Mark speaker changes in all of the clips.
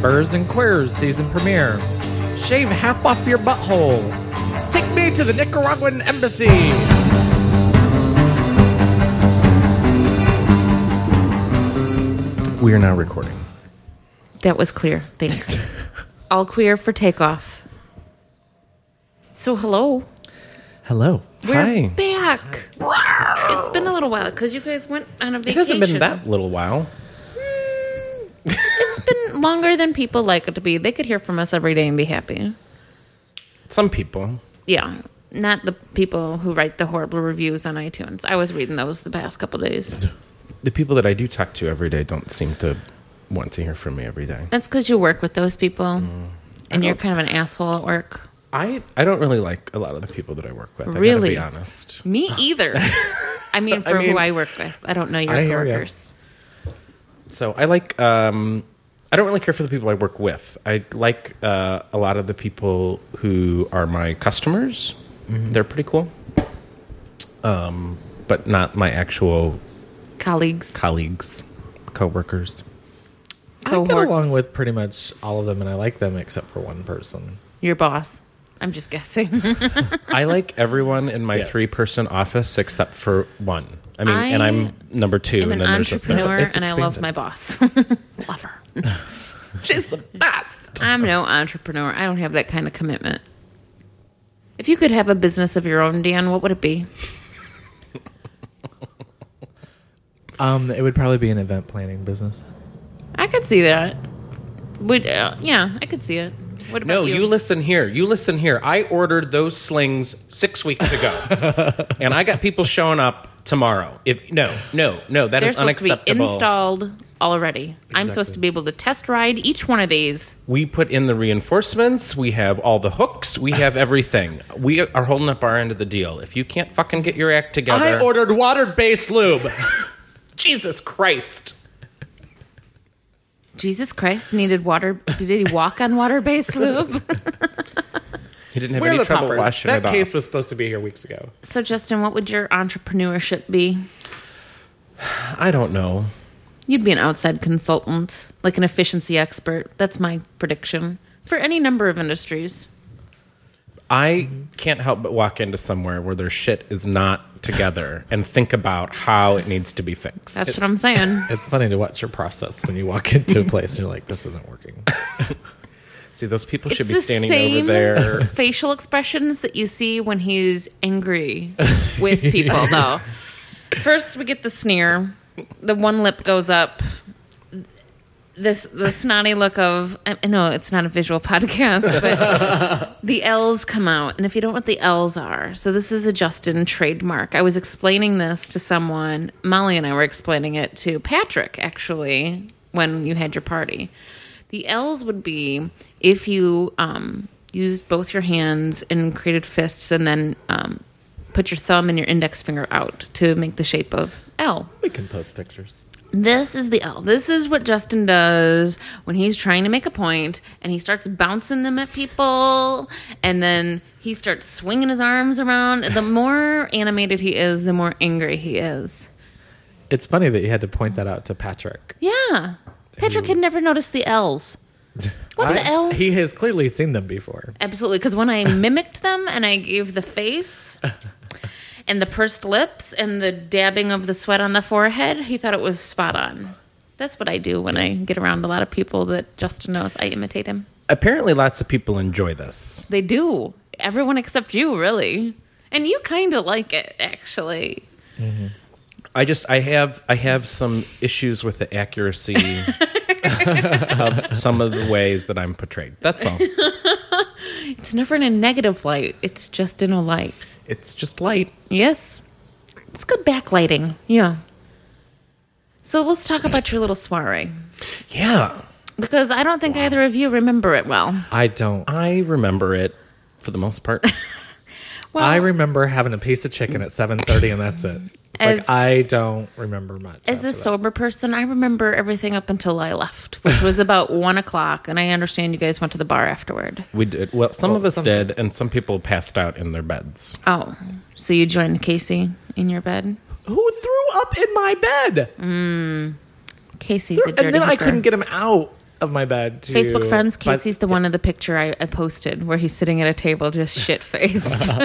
Speaker 1: Burrs and Queers season premiere. Shave half off your butthole. Take me to the Nicaraguan embassy.
Speaker 2: We are now recording.
Speaker 3: That was clear. Thanks. All queer for takeoff. So hello.
Speaker 1: Hello.
Speaker 3: We're
Speaker 2: Hi.
Speaker 3: back. It's been a little while because you guys went on a
Speaker 2: It
Speaker 3: vacation.
Speaker 2: hasn't been that little while.
Speaker 3: Mm, it's been longer than people like it to be. They could hear from us every day and be happy.
Speaker 2: Some people.
Speaker 3: Yeah. Not the people who write the horrible reviews on iTunes. I was reading those the past couple days.
Speaker 2: The people that I do talk to every day don't seem to want to hear from me every day.
Speaker 3: That's because you work with those people
Speaker 2: Mm.
Speaker 3: and you're kind of an asshole at work.
Speaker 2: I, I don't really like a lot of the people that I work with. I gotta
Speaker 3: Really?
Speaker 2: be honest.
Speaker 3: Me either. I mean, for
Speaker 2: mean-
Speaker 3: who I work with. I don't know your
Speaker 2: I hear ya.
Speaker 3: coworkers.
Speaker 2: So I like um I don't really care for the people I work with. I like uh, a lot of the people who are my customers.
Speaker 3: Mm-hmm.
Speaker 2: They're pretty cool. Um but not my actual
Speaker 3: Colleagues,
Speaker 2: colleagues, coworkers.
Speaker 3: cohorts,
Speaker 1: I get along with pretty much all of them, and I like them except for one person.
Speaker 3: your boss. I'm just guessing.
Speaker 2: I like everyone in my
Speaker 1: Yes.
Speaker 2: three-person office except for one. I mean,
Speaker 3: I
Speaker 2: and I'm number
Speaker 3: I'm
Speaker 2: 2 and
Speaker 3: an
Speaker 2: then there's a third.
Speaker 3: entrepreneur
Speaker 1: It's
Speaker 3: and I love
Speaker 1: expanded.
Speaker 3: my boss. love her.
Speaker 2: She's the best.
Speaker 3: I'm no entrepreneur. I don't have that kind of commitment. If you could have a business of your own, Dan, what would it be?
Speaker 1: Um, it would probably be an event planning business.
Speaker 3: I could see that. Would uh, yeah, I could see it. What about
Speaker 2: No,
Speaker 3: you?
Speaker 2: you? listen here. You listen here. I ordered those slings six weeks ago, and I got people showing up tomorrow. If no, no, no, that
Speaker 3: They're
Speaker 2: is
Speaker 3: supposed to be
Speaker 2: unacceptable.
Speaker 3: installed already. I'm supposed to be able to test ride each one of these.
Speaker 2: we put in the reinforcements. We have all the hooks. We have everything. We are holding up our end of the deal. If you can't fucking get your act together,
Speaker 1: I ordered water-based lube.
Speaker 2: Jesus Christ.
Speaker 3: Jesus Christ needed water. Did he walk on water-based lube?
Speaker 2: He didn't have
Speaker 1: Where are
Speaker 2: any
Speaker 1: the
Speaker 2: trouble
Speaker 1: poppers?
Speaker 2: washing
Speaker 1: that
Speaker 2: it
Speaker 1: case
Speaker 2: off.
Speaker 1: was supposed to be here weeks ago.
Speaker 3: So, Justin, what would your entrepreneurship be?
Speaker 2: I don't know.
Speaker 3: You'd be an outside consultant, like an efficiency expert. That's my prediction for any number of industries.
Speaker 2: I can't help but walk into somewhere where their shit is not together and think about how it needs to be fixed.
Speaker 3: That's what I'm saying.
Speaker 1: It's funny to watch your process when you walk into a place and you're like, "This isn't working."
Speaker 2: See, those people
Speaker 3: It's
Speaker 2: should be
Speaker 3: the
Speaker 2: standing
Speaker 3: same
Speaker 2: over there.
Speaker 3: facial expressions that you see when he's angry with people, though. First, we get the sneer. The one lip goes up. This the snotty look of I I know it's not a visual podcast, but the L's come out, and if you don't know what the L's are, so this is a Justin trademark. I was explaining this to someone. Molly and I were explaining it to Patrick actually when you had your party. The L's would be if you um, used both your hands and created fists and then um, put your thumb and your index finger out to make the shape of L.
Speaker 1: we can post pictures.
Speaker 3: This is the L. This is what Justin does when he's trying to make a point and he starts bouncing them at people and then he starts swinging his arms around. The more animated he is, the more angry he is.
Speaker 1: It's funny that you had to point that out to Patrick.
Speaker 3: Yeah. Patrick had never noticed the L's. What the L?
Speaker 1: He has clearly seen them before.
Speaker 3: Absolutely, because when I mimicked them and I gave the face and the pursed lips and the dabbing of the sweat on the forehead, he thought it was spot on. That's what I do when I get around a lot of people that Justin knows. I imitate him.
Speaker 2: Apparently, lots of people enjoy this.
Speaker 3: They do. Everyone except you, really. And you kind of like it, actually.
Speaker 2: I just, I have, I have some issues with the accuracy of some of the ways that I'm portrayed. That's all.
Speaker 3: It's never in a negative light, it's just in a light.
Speaker 2: It's just light.
Speaker 3: Yes. It's good backlighting. Yeah. So let's talk about your little soiree.
Speaker 2: Yeah,
Speaker 3: Because I don't think either of you remember it well.
Speaker 1: I don't.
Speaker 2: I remember it for the most part.
Speaker 3: Well,
Speaker 1: I remember having a piece of chicken at 7:30 and that's it.
Speaker 3: As-
Speaker 1: like I don't remember much.
Speaker 3: as
Speaker 1: after
Speaker 3: a
Speaker 1: that.
Speaker 3: sober person, I remember everything up until I left, which was about one o'clock. And I understand you guys went to the bar afterward.
Speaker 2: We did well. Some
Speaker 1: Well,
Speaker 2: of us
Speaker 1: sometimes.
Speaker 2: did, and some people passed out in their beds.
Speaker 3: Oh, so you joined Casey in your bed?
Speaker 1: Who threw up in my bed?
Speaker 3: Casey's a dirty
Speaker 1: and then I
Speaker 3: hooker.
Speaker 1: couldn't get him out
Speaker 4: of my bed to
Speaker 3: Facebook friends
Speaker 4: but-
Speaker 3: can't see the one of the picture I, I posted where he's sitting at a table just shit faced.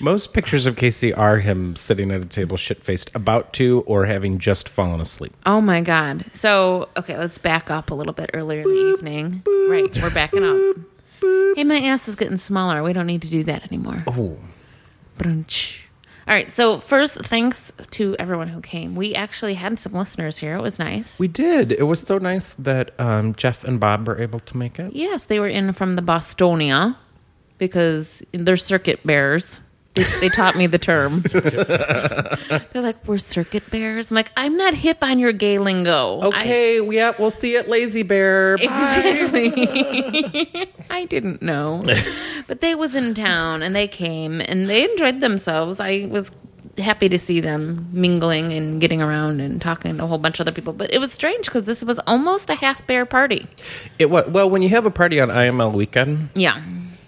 Speaker 2: Most pictures of Casey are him sitting at a table, shit faced, about to or having just fallen asleep.
Speaker 3: oh my god! So okay, let's back up a little bit earlier in the evening. Right, we're backing up. Hey, my ass is getting smaller. We don't need to do that anymore.
Speaker 2: Oh,
Speaker 3: Brunch. All right. So first, thanks to everyone who came. We actually had some listeners here. It was nice.
Speaker 2: we did. It was so nice that um, Jeff and Bob were able to make it.
Speaker 3: Yes, they were in from the Bostonia because they're circuit bears. They, they taught me the term. they're like, we're circuit bears. I'm like, I'm not hip on your gay lingo. I-
Speaker 2: Okay, we yeah, we'll see at Lazy Bear.
Speaker 3: exactly. I didn't know. but they was in town and they came and they enjoyed themselves. I was happy to see them mingling and getting around and talking to a whole bunch of other people. But it was strange because this was almost a half bear party.
Speaker 2: It was well when you have a party on IML weekend,
Speaker 3: Yeah.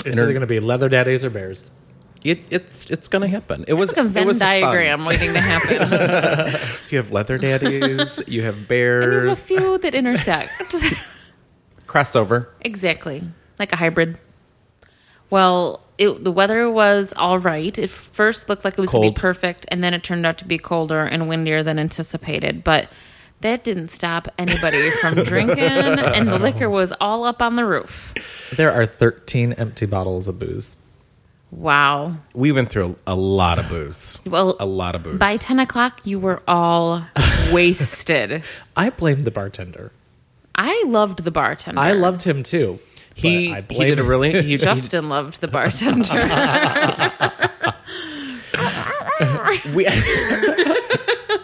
Speaker 4: It's either going to be leather daddies or bears.
Speaker 2: it, it's it's gonna happen. It was
Speaker 3: It's like a
Speaker 2: it
Speaker 3: Venn
Speaker 2: was fun.
Speaker 3: diagram waiting to happen.
Speaker 2: You have leather daddies, you have
Speaker 3: And there's a
Speaker 2: bears,
Speaker 3: few that intersect.
Speaker 2: crossover.
Speaker 3: exactly. Like a hybrid. Well, it, the weather was all right. It first looked like it was going
Speaker 2: Cold.
Speaker 3: to be perfect, and then it turned out to be colder and windier than anticipated. But that didn't stop anybody from drinking, and the liquor was all up on the roof.
Speaker 4: There are 13 empty bottles of booze.
Speaker 3: Wow.
Speaker 2: We went through a, a lot of booze.
Speaker 3: Well,
Speaker 2: a lot of booze.
Speaker 3: By 10 o'clock, you were all wasted.
Speaker 4: I blame the bartender.
Speaker 3: I loved the bartender.
Speaker 4: I loved him too. but
Speaker 2: he
Speaker 4: I
Speaker 2: he did a really he, he-
Speaker 3: Justin loved the bartender.
Speaker 2: we um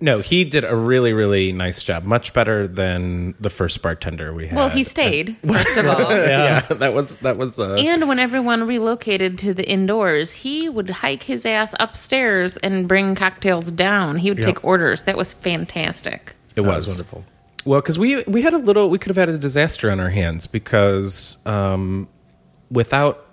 Speaker 2: no, he did a really really nice job. Much better than the first bartender we had.
Speaker 3: well, he stayed, first of all.
Speaker 2: yeah, that was that was uh,
Speaker 3: And when everyone relocated to the indoors, he would hike his ass upstairs and bring cocktails down. He would take orders. That was fantastic.
Speaker 2: it
Speaker 4: That was
Speaker 2: was
Speaker 4: wonderful.
Speaker 2: Well, because we we had a little, we could have had a disaster on our hands because um, without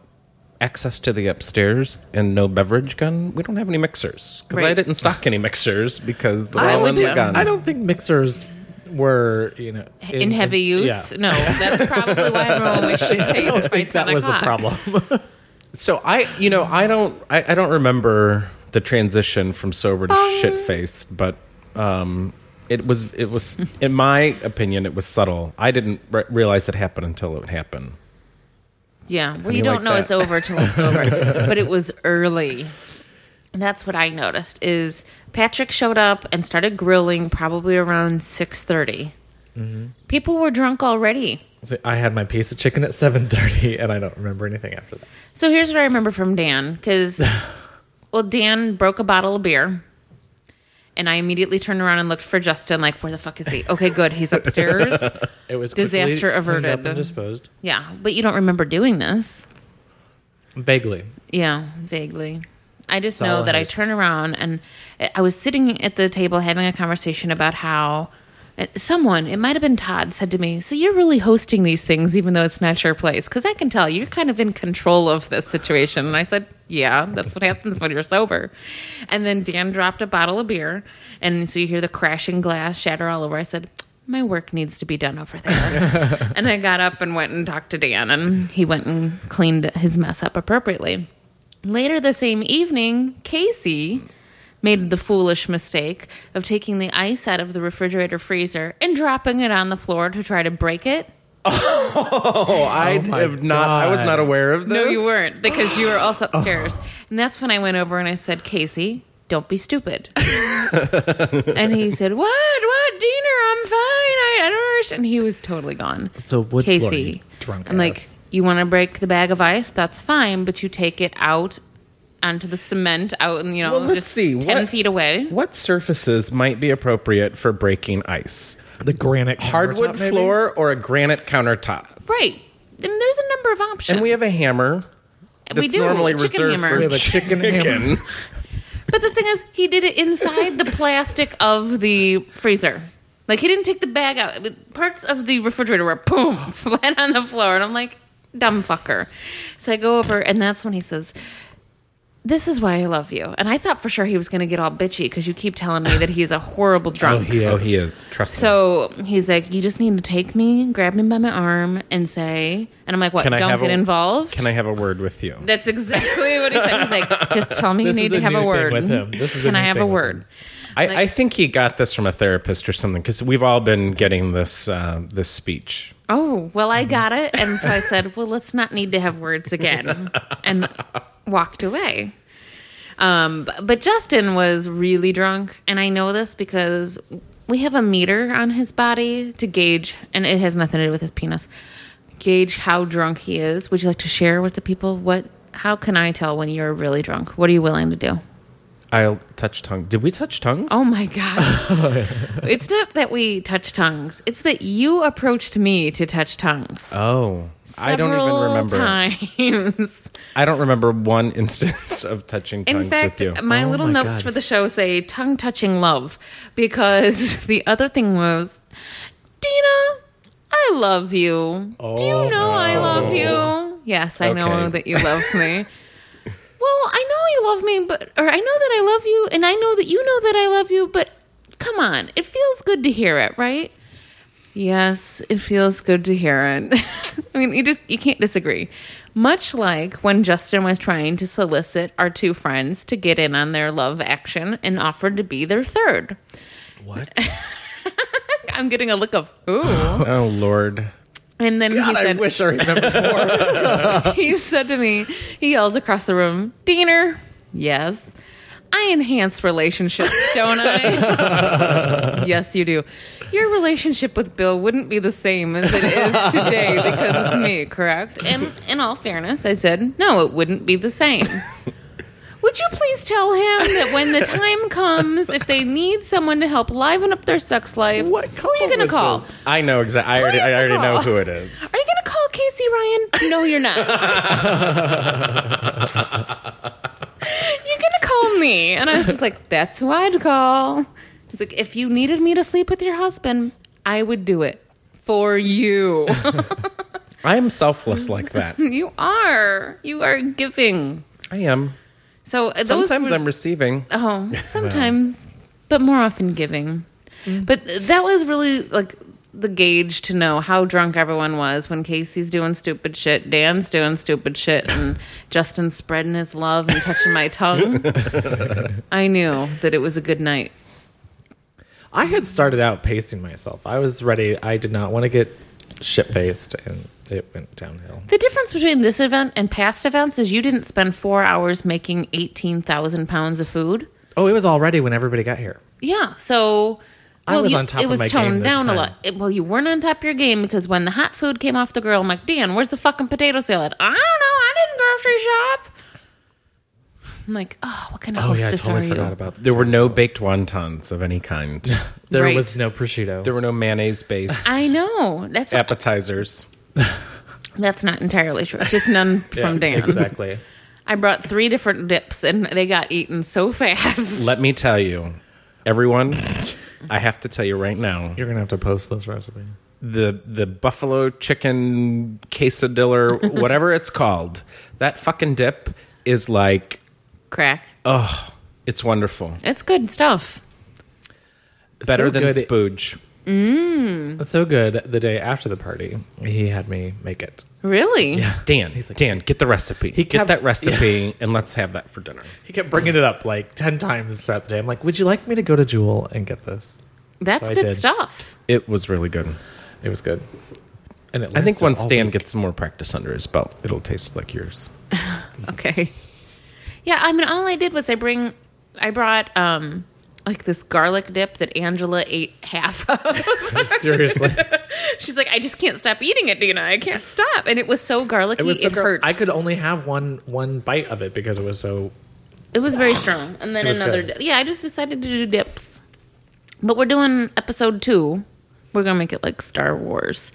Speaker 2: access to the upstairs and no beverage gun, we don't have any mixers. Because I
Speaker 3: Right.
Speaker 2: didn't stock any mixers because they're
Speaker 3: I
Speaker 2: all in the
Speaker 3: would-
Speaker 2: gun.
Speaker 4: I don't think mixers were, you know,
Speaker 3: In, heavy use? No, that's probably why everyone was shit faced by 10
Speaker 4: that was
Speaker 3: o'clock.
Speaker 4: a problem.
Speaker 2: So I, you know, I don't, I, I don't remember the transition from sober
Speaker 3: Um,
Speaker 2: to shit faced, but um, it was, it was, in my opinion, it was subtle. I didn't re- realize it happened until it happened.
Speaker 3: Yeah. Well,
Speaker 2: you
Speaker 3: you don't
Speaker 2: like
Speaker 3: know
Speaker 2: that?
Speaker 3: it's over till it's over, but it was early. And that's what I noticed is Patrick showed up and started grilling probably around 6:30. People were drunk already.
Speaker 4: So I had my piece of chicken at 7:30 and I don't remember anything after that.
Speaker 3: So here's what I remember from Dan because, well, Dan broke a bottle of beer, and I immediately turned arown and looked for Justin. Like, where the fuck is he? Okay, good, he's upstairs.
Speaker 4: It was
Speaker 3: Disaster
Speaker 4: quickly cleaned up
Speaker 3: averted.
Speaker 4: and disposed.
Speaker 3: yeah, but you don't remember doing this.
Speaker 4: Vaguely.
Speaker 3: Yeah, vaguely. I just
Speaker 4: all
Speaker 3: know
Speaker 4: I
Speaker 3: that I
Speaker 4: have.
Speaker 3: turned around and I was sitting at the table having a conversation about how and someone, it might have been Todd, said to me, So you're really hosting these things even though it's not your place? Because I can tell you're kind of in control of this situation. And I said, Yeah, that's what happens when you're sober. And then Dan dropped a bottle of beer. And so you hear the crashing glass shatter all over. I said, my work needs to be done over there. and I got up and went and talked to Dan, and he went and cleaned his mess up appropriately. Later the same evening, Casey made the foolish mistake of taking the ice out of the refrigerator freezer and dropping it on the floor to try to break it.
Speaker 2: Oh, I
Speaker 4: my
Speaker 2: have not, I was
Speaker 4: God.
Speaker 2: not aware of this. Oh.
Speaker 3: No, you weren't, because you were also upstairs. And that's when I went over and I said, Casey, don't be stupid. and he said, What? What, Diener? I'm fine. I, I don't understand. And he was totally gone.
Speaker 4: So what Laura, you
Speaker 3: Casey,
Speaker 4: drunk
Speaker 3: I'm like,
Speaker 4: ass.
Speaker 3: you want to break the bag of ice? That's fine, but you take it out onto the cement, out and you know,
Speaker 2: Well, let's
Speaker 3: just
Speaker 2: see,
Speaker 3: ten
Speaker 2: what-
Speaker 3: feet away.
Speaker 2: What surfaces might be appropriate for breaking ice?
Speaker 4: The granite
Speaker 2: Hardwood
Speaker 4: countertop, maybe?
Speaker 2: floor or a granite countertop?
Speaker 3: Right. And there's a number of options.
Speaker 2: And we have a hammer.
Speaker 3: We
Speaker 2: that's
Speaker 3: do,
Speaker 2: normally
Speaker 3: chicken
Speaker 2: reserved
Speaker 3: hammer.
Speaker 2: for
Speaker 4: We have a chicken hammer.
Speaker 2: chicken.
Speaker 3: But the thing is, he did it inside the plastic of the freezer. Like he didn't take the bag out. But Parts of the refrigerator were boom flat on the floor, and I'm like, dumb fucker. So I go over, and that's when he says, this is why I love you. And I thought for sure he was going to get all bitchy because you keep telling me that he's a horrible drunk.
Speaker 2: Oh, he is. Trust me.
Speaker 3: So he's like, you just need to take me, grab me by my arm, and say, and I'm like, what?
Speaker 2: Can I
Speaker 3: don't
Speaker 2: have
Speaker 3: get
Speaker 2: a-
Speaker 3: involved.
Speaker 2: Can I have a word with you?
Speaker 3: That's exactly what he said. He's like, just tell me you
Speaker 4: This
Speaker 3: need
Speaker 4: is
Speaker 3: to
Speaker 4: a
Speaker 3: have
Speaker 4: new
Speaker 3: a
Speaker 4: thing
Speaker 3: word.
Speaker 4: with him. This is a
Speaker 3: Can I
Speaker 4: new
Speaker 3: have a
Speaker 4: thing with
Speaker 3: word?
Speaker 4: him.
Speaker 2: I,
Speaker 3: Like-
Speaker 2: I think he got this from a therapist or something because we've all been getting this uh, this speech.
Speaker 3: Oh, well, I got it. And so I said, well, let's not need to have words again. And walked away. Um, b- but Justin was really drunk. And I know this because we have a meter on his body to gauge, and it has nothing to do with his penis, gauge how drunk he is. Would you like to share with the people what? How can I tell when you're really drunk? What are you willing to do?
Speaker 2: I'll touch tongue. Did we touch tongues?
Speaker 3: Oh my God. it's not that we touch tongues, it's that you approached me to touch tongues.
Speaker 2: Oh. I don't even
Speaker 3: several
Speaker 2: remember.
Speaker 3: times.
Speaker 2: I don't remember one instance of touching tongues
Speaker 3: In fact, um,
Speaker 2: with you. Oh
Speaker 3: my little notes
Speaker 4: God.
Speaker 3: for the show say tongue touching love because the other thing was Dina, I love you. Do
Speaker 4: Oh,
Speaker 3: you know I love you? Yes, I know
Speaker 2: Okay.
Speaker 3: that you love me. well, I know you love me, but or I know that I love you and I know that you know that I love you, but come on. It feels good to hear it, right? Yes, it feels good to hear it. I mean, you just you can't disagree. Much like when Justin was trying to solicit our two friends to get in on their love action and offered to be their third.
Speaker 4: What?
Speaker 3: I'm getting a look of ooh.
Speaker 2: oh Lord.
Speaker 3: And then he
Speaker 4: I
Speaker 3: said
Speaker 4: wish I remembered.
Speaker 3: he said to me, he yells across the room, Diener, yes. I enhance relationships, don't I? yes, you do. Your relationship with Bill wouldn't be the same as it is today because of me, correct? And in all fairness, I said, no, it wouldn't be the same. Would you please tell him that when the time comes, if they need someone to help liven up their sex life,
Speaker 4: What
Speaker 3: who are
Speaker 4: couple
Speaker 3: you going to
Speaker 4: was
Speaker 3: call?
Speaker 4: this?
Speaker 2: I know exactly. I already, I
Speaker 3: Where's the
Speaker 2: already know
Speaker 3: call?
Speaker 2: who it is.
Speaker 3: Are you going to call Casey Ryan? No, you're not. you're going to call me. And I was just like, that's who I'd call. He's like, if you needed me to sleep with your husband, I would do it for you.
Speaker 2: I'm selfless like that.
Speaker 3: you are. You are giving.
Speaker 2: I am.
Speaker 3: So uh, those
Speaker 2: Sometimes
Speaker 3: would-
Speaker 2: I'm receiving.
Speaker 3: Oh, sometimes, but more often giving. But that was really like the gauge to know how drunk everyone was when Casey's doing stupid shit, Dan's doing stupid shit, and Justin's spreading his love and touching my tongue. I knew that it was a good night.
Speaker 4: I had started out pacing myself. I was ready. I did not want to get shit faced, and it went downhill.
Speaker 3: The difference between this event and past events is you didn't spend four hours making 18,000 pounds of food.
Speaker 4: Oh, it was all ready when everybody got here.
Speaker 3: Yeah. So
Speaker 4: I was on top
Speaker 3: it
Speaker 4: of
Speaker 3: was
Speaker 4: my game
Speaker 3: toned
Speaker 4: this
Speaker 3: down
Speaker 4: time.
Speaker 3: a lot. It- well, you weren't on top of your game because when the hot food came off the grill, I'm like, Dan, where's the fucking potato salad? I don't know. I didn't grocery shop. I'm like, oh, what kind of
Speaker 4: Oh yeah, I
Speaker 3: hostess
Speaker 4: totally
Speaker 3: are you?
Speaker 4: forgot about that.
Speaker 2: There were no baked wontons of any kind.
Speaker 4: There
Speaker 3: Right.
Speaker 4: was no prosciutto.
Speaker 2: There were no mayonnaise based
Speaker 3: I know. That's
Speaker 2: appetizers.
Speaker 3: that's not entirely true. Just none from Dan.
Speaker 4: Exactly.
Speaker 3: I brought three different dips and they got eaten so fast.
Speaker 2: Let me tell you, everyone, I have to tell you right now
Speaker 4: You're gonna have to post this recipe.
Speaker 2: the the buffalo chicken quesadilla, whatever it's called, that fucking dip is like,
Speaker 3: Crack.
Speaker 2: oh, it's wonderful.
Speaker 3: It's good stuff.
Speaker 2: Better
Speaker 4: so
Speaker 2: than
Speaker 4: good.
Speaker 2: spooge.
Speaker 4: So good. The day after the party, he had me make it.
Speaker 3: Really?
Speaker 2: Dan, Dan, get the recipe. He
Speaker 4: kept-
Speaker 2: get that recipe, and let's have that for dinner.
Speaker 4: He kept bringing it up like ten times throughout the day. I'm like, "Would you like me to go to Jewel and get this?"
Speaker 3: That's
Speaker 4: So I
Speaker 3: good
Speaker 4: did.
Speaker 3: stuff.
Speaker 2: It was really good.
Speaker 4: It was good. And it
Speaker 2: I think
Speaker 4: lasted
Speaker 2: once
Speaker 4: all
Speaker 2: Dan
Speaker 4: week.
Speaker 2: gets some more practice under his belt, it'll taste like yours.
Speaker 3: Okay. Yeah, I mean, all I did was I bring, I brought um like this garlic dip that Angela ate half of.
Speaker 4: seriously,
Speaker 3: She's like, I just can't stop eating it, Dina. I can't stop, and it was so garlicky,
Speaker 4: it
Speaker 3: it,
Speaker 4: was. so good.
Speaker 3: hurt.
Speaker 4: I could only have one one bite of it because it was so.
Speaker 3: it was very strong. And then
Speaker 4: It was
Speaker 3: another,
Speaker 4: good.
Speaker 3: dip. yeah, I just decided to do dips. But we're doing episode two. We're gonna make it like Star Wars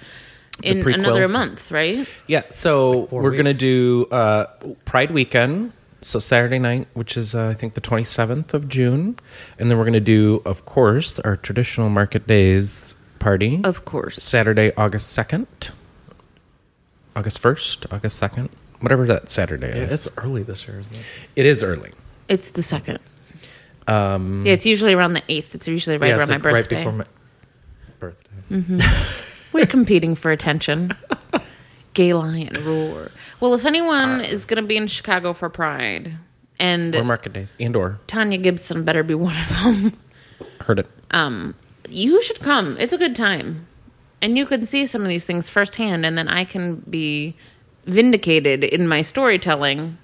Speaker 3: in
Speaker 2: prequel.
Speaker 3: another month, right?
Speaker 2: Yeah, so
Speaker 4: like four
Speaker 2: we're gonna
Speaker 4: weeks.
Speaker 2: do uh, Pride Weekend, so Saturday night, which is uh, I think the twenty seventh of June, and then we're gonna do, of course, our traditional market days party,
Speaker 3: Of course.
Speaker 2: Saturday, August second, August first, August second. whatever that Saturday
Speaker 4: Yeah,
Speaker 2: is.
Speaker 4: it's early this year, isn't it?
Speaker 2: It is early.
Speaker 3: It's the second. Um, yeah, it's usually around the eighth. It's usually right
Speaker 4: yeah, it's
Speaker 3: around my
Speaker 4: like
Speaker 3: birthday.
Speaker 4: Right before my birthday.
Speaker 3: We're competing for attention. Gay lion roar. Well, if anyone is going to be in Chicago for Pride, and
Speaker 2: Or market days. And or
Speaker 3: Tanya Gibson better be one of them,
Speaker 2: heard it.
Speaker 3: you should come. It's a good time, and you can see some of these things firsthand, and then I can be vindicated in my storytelling.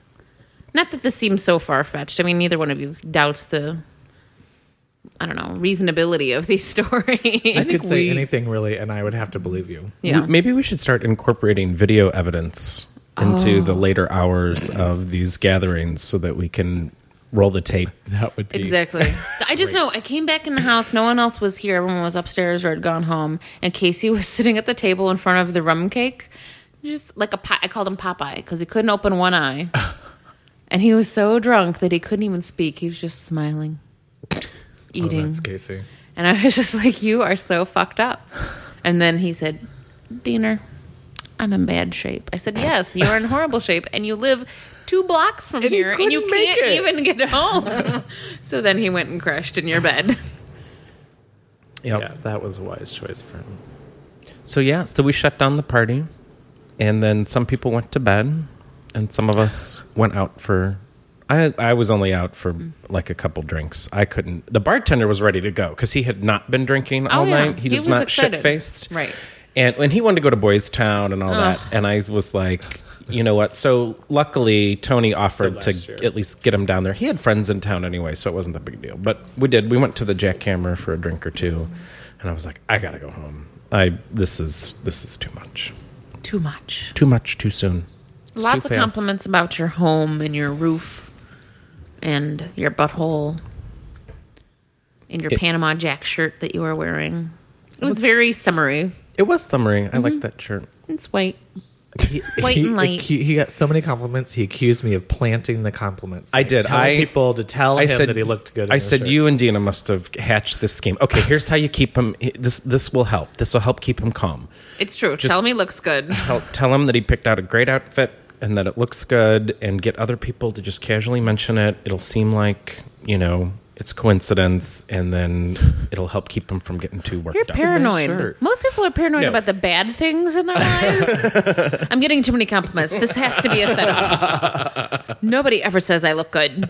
Speaker 3: Not that this seems so far fetched. I mean, neither one of you doubts the. I don't know reasonability of these
Speaker 4: I
Speaker 3: stories.
Speaker 4: could say
Speaker 2: we-
Speaker 4: anything really, and I would have to believe you.
Speaker 3: Yeah.
Speaker 2: We- maybe we should start incorporating video evidence
Speaker 3: Oh.
Speaker 2: into the later hours of these gatherings so that we can roll the tape.
Speaker 4: That would be
Speaker 3: Exactly. I just know I came back in the house. No one else was here. Everyone was upstairs or had gone home. And Casey was sitting at the table in front of the rum cake, just like a pie. I called him Popeye because he couldn't open one eye, and he was so drunk that he couldn't even speak. He was just smiling,
Speaker 4: Oh,
Speaker 3: eating,
Speaker 4: that's Casey.
Speaker 3: and I was just like, "You are so fucked up." And then he said, "Diener, I'm in bad shape." I said, "Yes, you are in horrible shape, and you live." Two blocks from here, and you
Speaker 4: couldn't make
Speaker 3: can't
Speaker 4: it."
Speaker 3: even get home. so then he went and crashed in your bed.
Speaker 2: Yep.
Speaker 4: Yeah, that was a wise choice for him.
Speaker 2: So yeah, so we shut down the party, and then some people went to bed, and some of us went out for. I I was only out for
Speaker 3: Mm.
Speaker 2: like a couple drinks. I couldn't. The bartender was ready to go because he had not been drinking all
Speaker 3: Oh, yeah.
Speaker 2: night. He,
Speaker 3: He
Speaker 2: was,
Speaker 3: was
Speaker 2: not
Speaker 3: excited.
Speaker 2: shit faced,
Speaker 3: Right.
Speaker 2: And and he wanted to go to Boys Town and all that, and I was like. You know what? So luckily, Tony offered to
Speaker 4: last year.
Speaker 2: at least get him down there. He had friends in town anyway, so it wasn't that big a deal. But we did. We went to the jackhammer for a drink or two, and I was like, I gotta go home. I this is this is too much.
Speaker 3: Too much.
Speaker 2: Too much too soon. It's
Speaker 3: Lots
Speaker 2: too
Speaker 3: of
Speaker 2: fast.
Speaker 3: compliments about your home and your roof and your butthole and your
Speaker 2: It-
Speaker 3: Panama Jack shirt that you were wearing. It was very summery.
Speaker 2: It was summery. I like that shirt.
Speaker 3: It's white.
Speaker 4: He,
Speaker 3: White
Speaker 4: he
Speaker 3: and light.
Speaker 4: acu- he got so many compliments. He accused me of planting the compliments.
Speaker 2: I did.
Speaker 4: Telling
Speaker 2: I-
Speaker 4: people to tell
Speaker 2: I
Speaker 4: him
Speaker 2: said
Speaker 4: that he looked good. in
Speaker 2: I
Speaker 4: the
Speaker 2: said
Speaker 4: shirt.
Speaker 2: you and Dina must have hatched this scheme. Okay, here's how you keep him. This this will help. This will help keep him calm.
Speaker 3: It's true. Tell me looks good.
Speaker 2: Tell tell him that he picked out a great outfit and that it looks good, and get other people to just casually mention it. It'll seem like you know it's coincidence, and then it'll help keep him from getting too worked
Speaker 3: You're
Speaker 2: up.
Speaker 3: paranoid.
Speaker 4: shirt.
Speaker 3: Most people are paranoid
Speaker 2: No.
Speaker 3: about the bad things in their lives. I'm getting too many compliments. This has to be a setup. Nobody ever says I look good.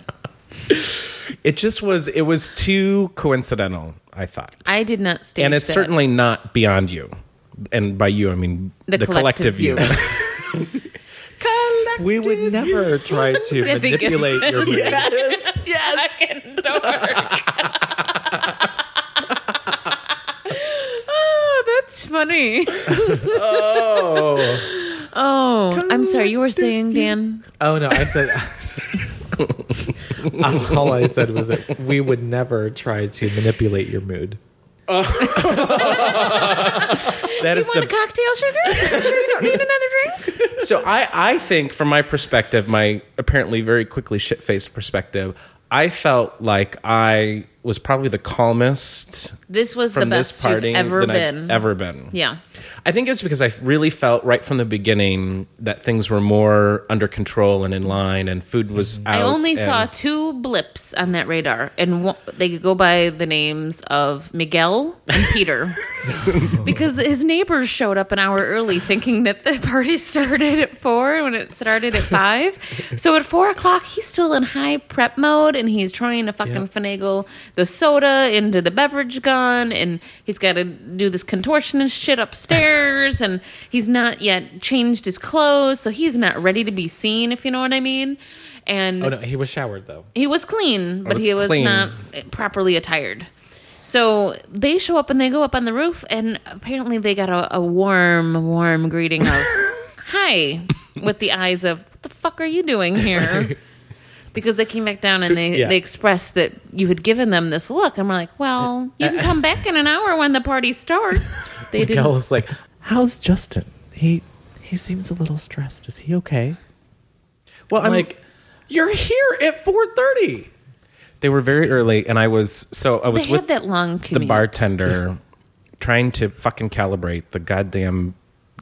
Speaker 2: It just was. It was too coincidental. I thought.
Speaker 3: I did not stage
Speaker 2: and it's
Speaker 3: that.
Speaker 2: certainly not beyond you. And by you, I mean the, collective, you.
Speaker 4: We would never try to
Speaker 3: Did they get
Speaker 4: manipulate your mood.
Speaker 2: yes, yes.
Speaker 3: fucking dork. oh, that's funny. oh. Oh, I'm sorry. You were saying, Dan?
Speaker 4: Oh no, I said. All I said was that we would never try to manipulate your mood.
Speaker 2: That
Speaker 3: You
Speaker 2: is
Speaker 3: want a
Speaker 2: the
Speaker 3: cocktail, sugar? I'm sure you don't need another drink?
Speaker 2: so. I I think from my perspective, my apparently very quickly shit faced perspective, I felt like I was probably the calmest
Speaker 3: This was
Speaker 2: from
Speaker 3: the
Speaker 2: this
Speaker 3: best
Speaker 2: party
Speaker 3: you've ever
Speaker 2: than
Speaker 3: been.
Speaker 2: I've ever been.
Speaker 3: Yeah.
Speaker 2: I think it's because I really felt right from the beginning that things were more under control and in line, and food was. Out
Speaker 3: I only
Speaker 2: and-
Speaker 3: saw two blips on that radar, and one, they could go by the names of Miguel and Peter, because his neighbors showed up an hour early, thinking that the party started at four when it started at five. so at four o'clock, he's still in high prep mode, and he's trying to fucking finagle the soda into the beverage gun, and he's got to do this contortionist shit upstairs, and he's not yet changed his clothes, so he's not ready to be seen, if you know what I mean. And
Speaker 4: Oh no, he was showered though.
Speaker 3: he was clean, but
Speaker 2: was
Speaker 3: he was
Speaker 2: clean.
Speaker 3: not properly attired. So they show up and they go up on the roof, and apparently they got a, a warm, warm greeting of "Hi," with the eyes of "What the fuck are you doing here?" Because they came back down and they,
Speaker 4: yeah.
Speaker 3: they expressed that you had given them this look, and we're like,
Speaker 2: Uh,
Speaker 3: "Well, you can come back in an hour when the party starts." They
Speaker 4: Miguel
Speaker 3: didn't.
Speaker 4: was like, "How's Justin? He he seems a little stressed. Is he okay?"
Speaker 2: Well, I'm
Speaker 4: like, "You're here at 4:30."
Speaker 2: They were very early, and I was so I
Speaker 3: They
Speaker 2: was with
Speaker 3: had that long
Speaker 2: the
Speaker 3: commute.
Speaker 2: bartender trying to fucking calibrate the goddamn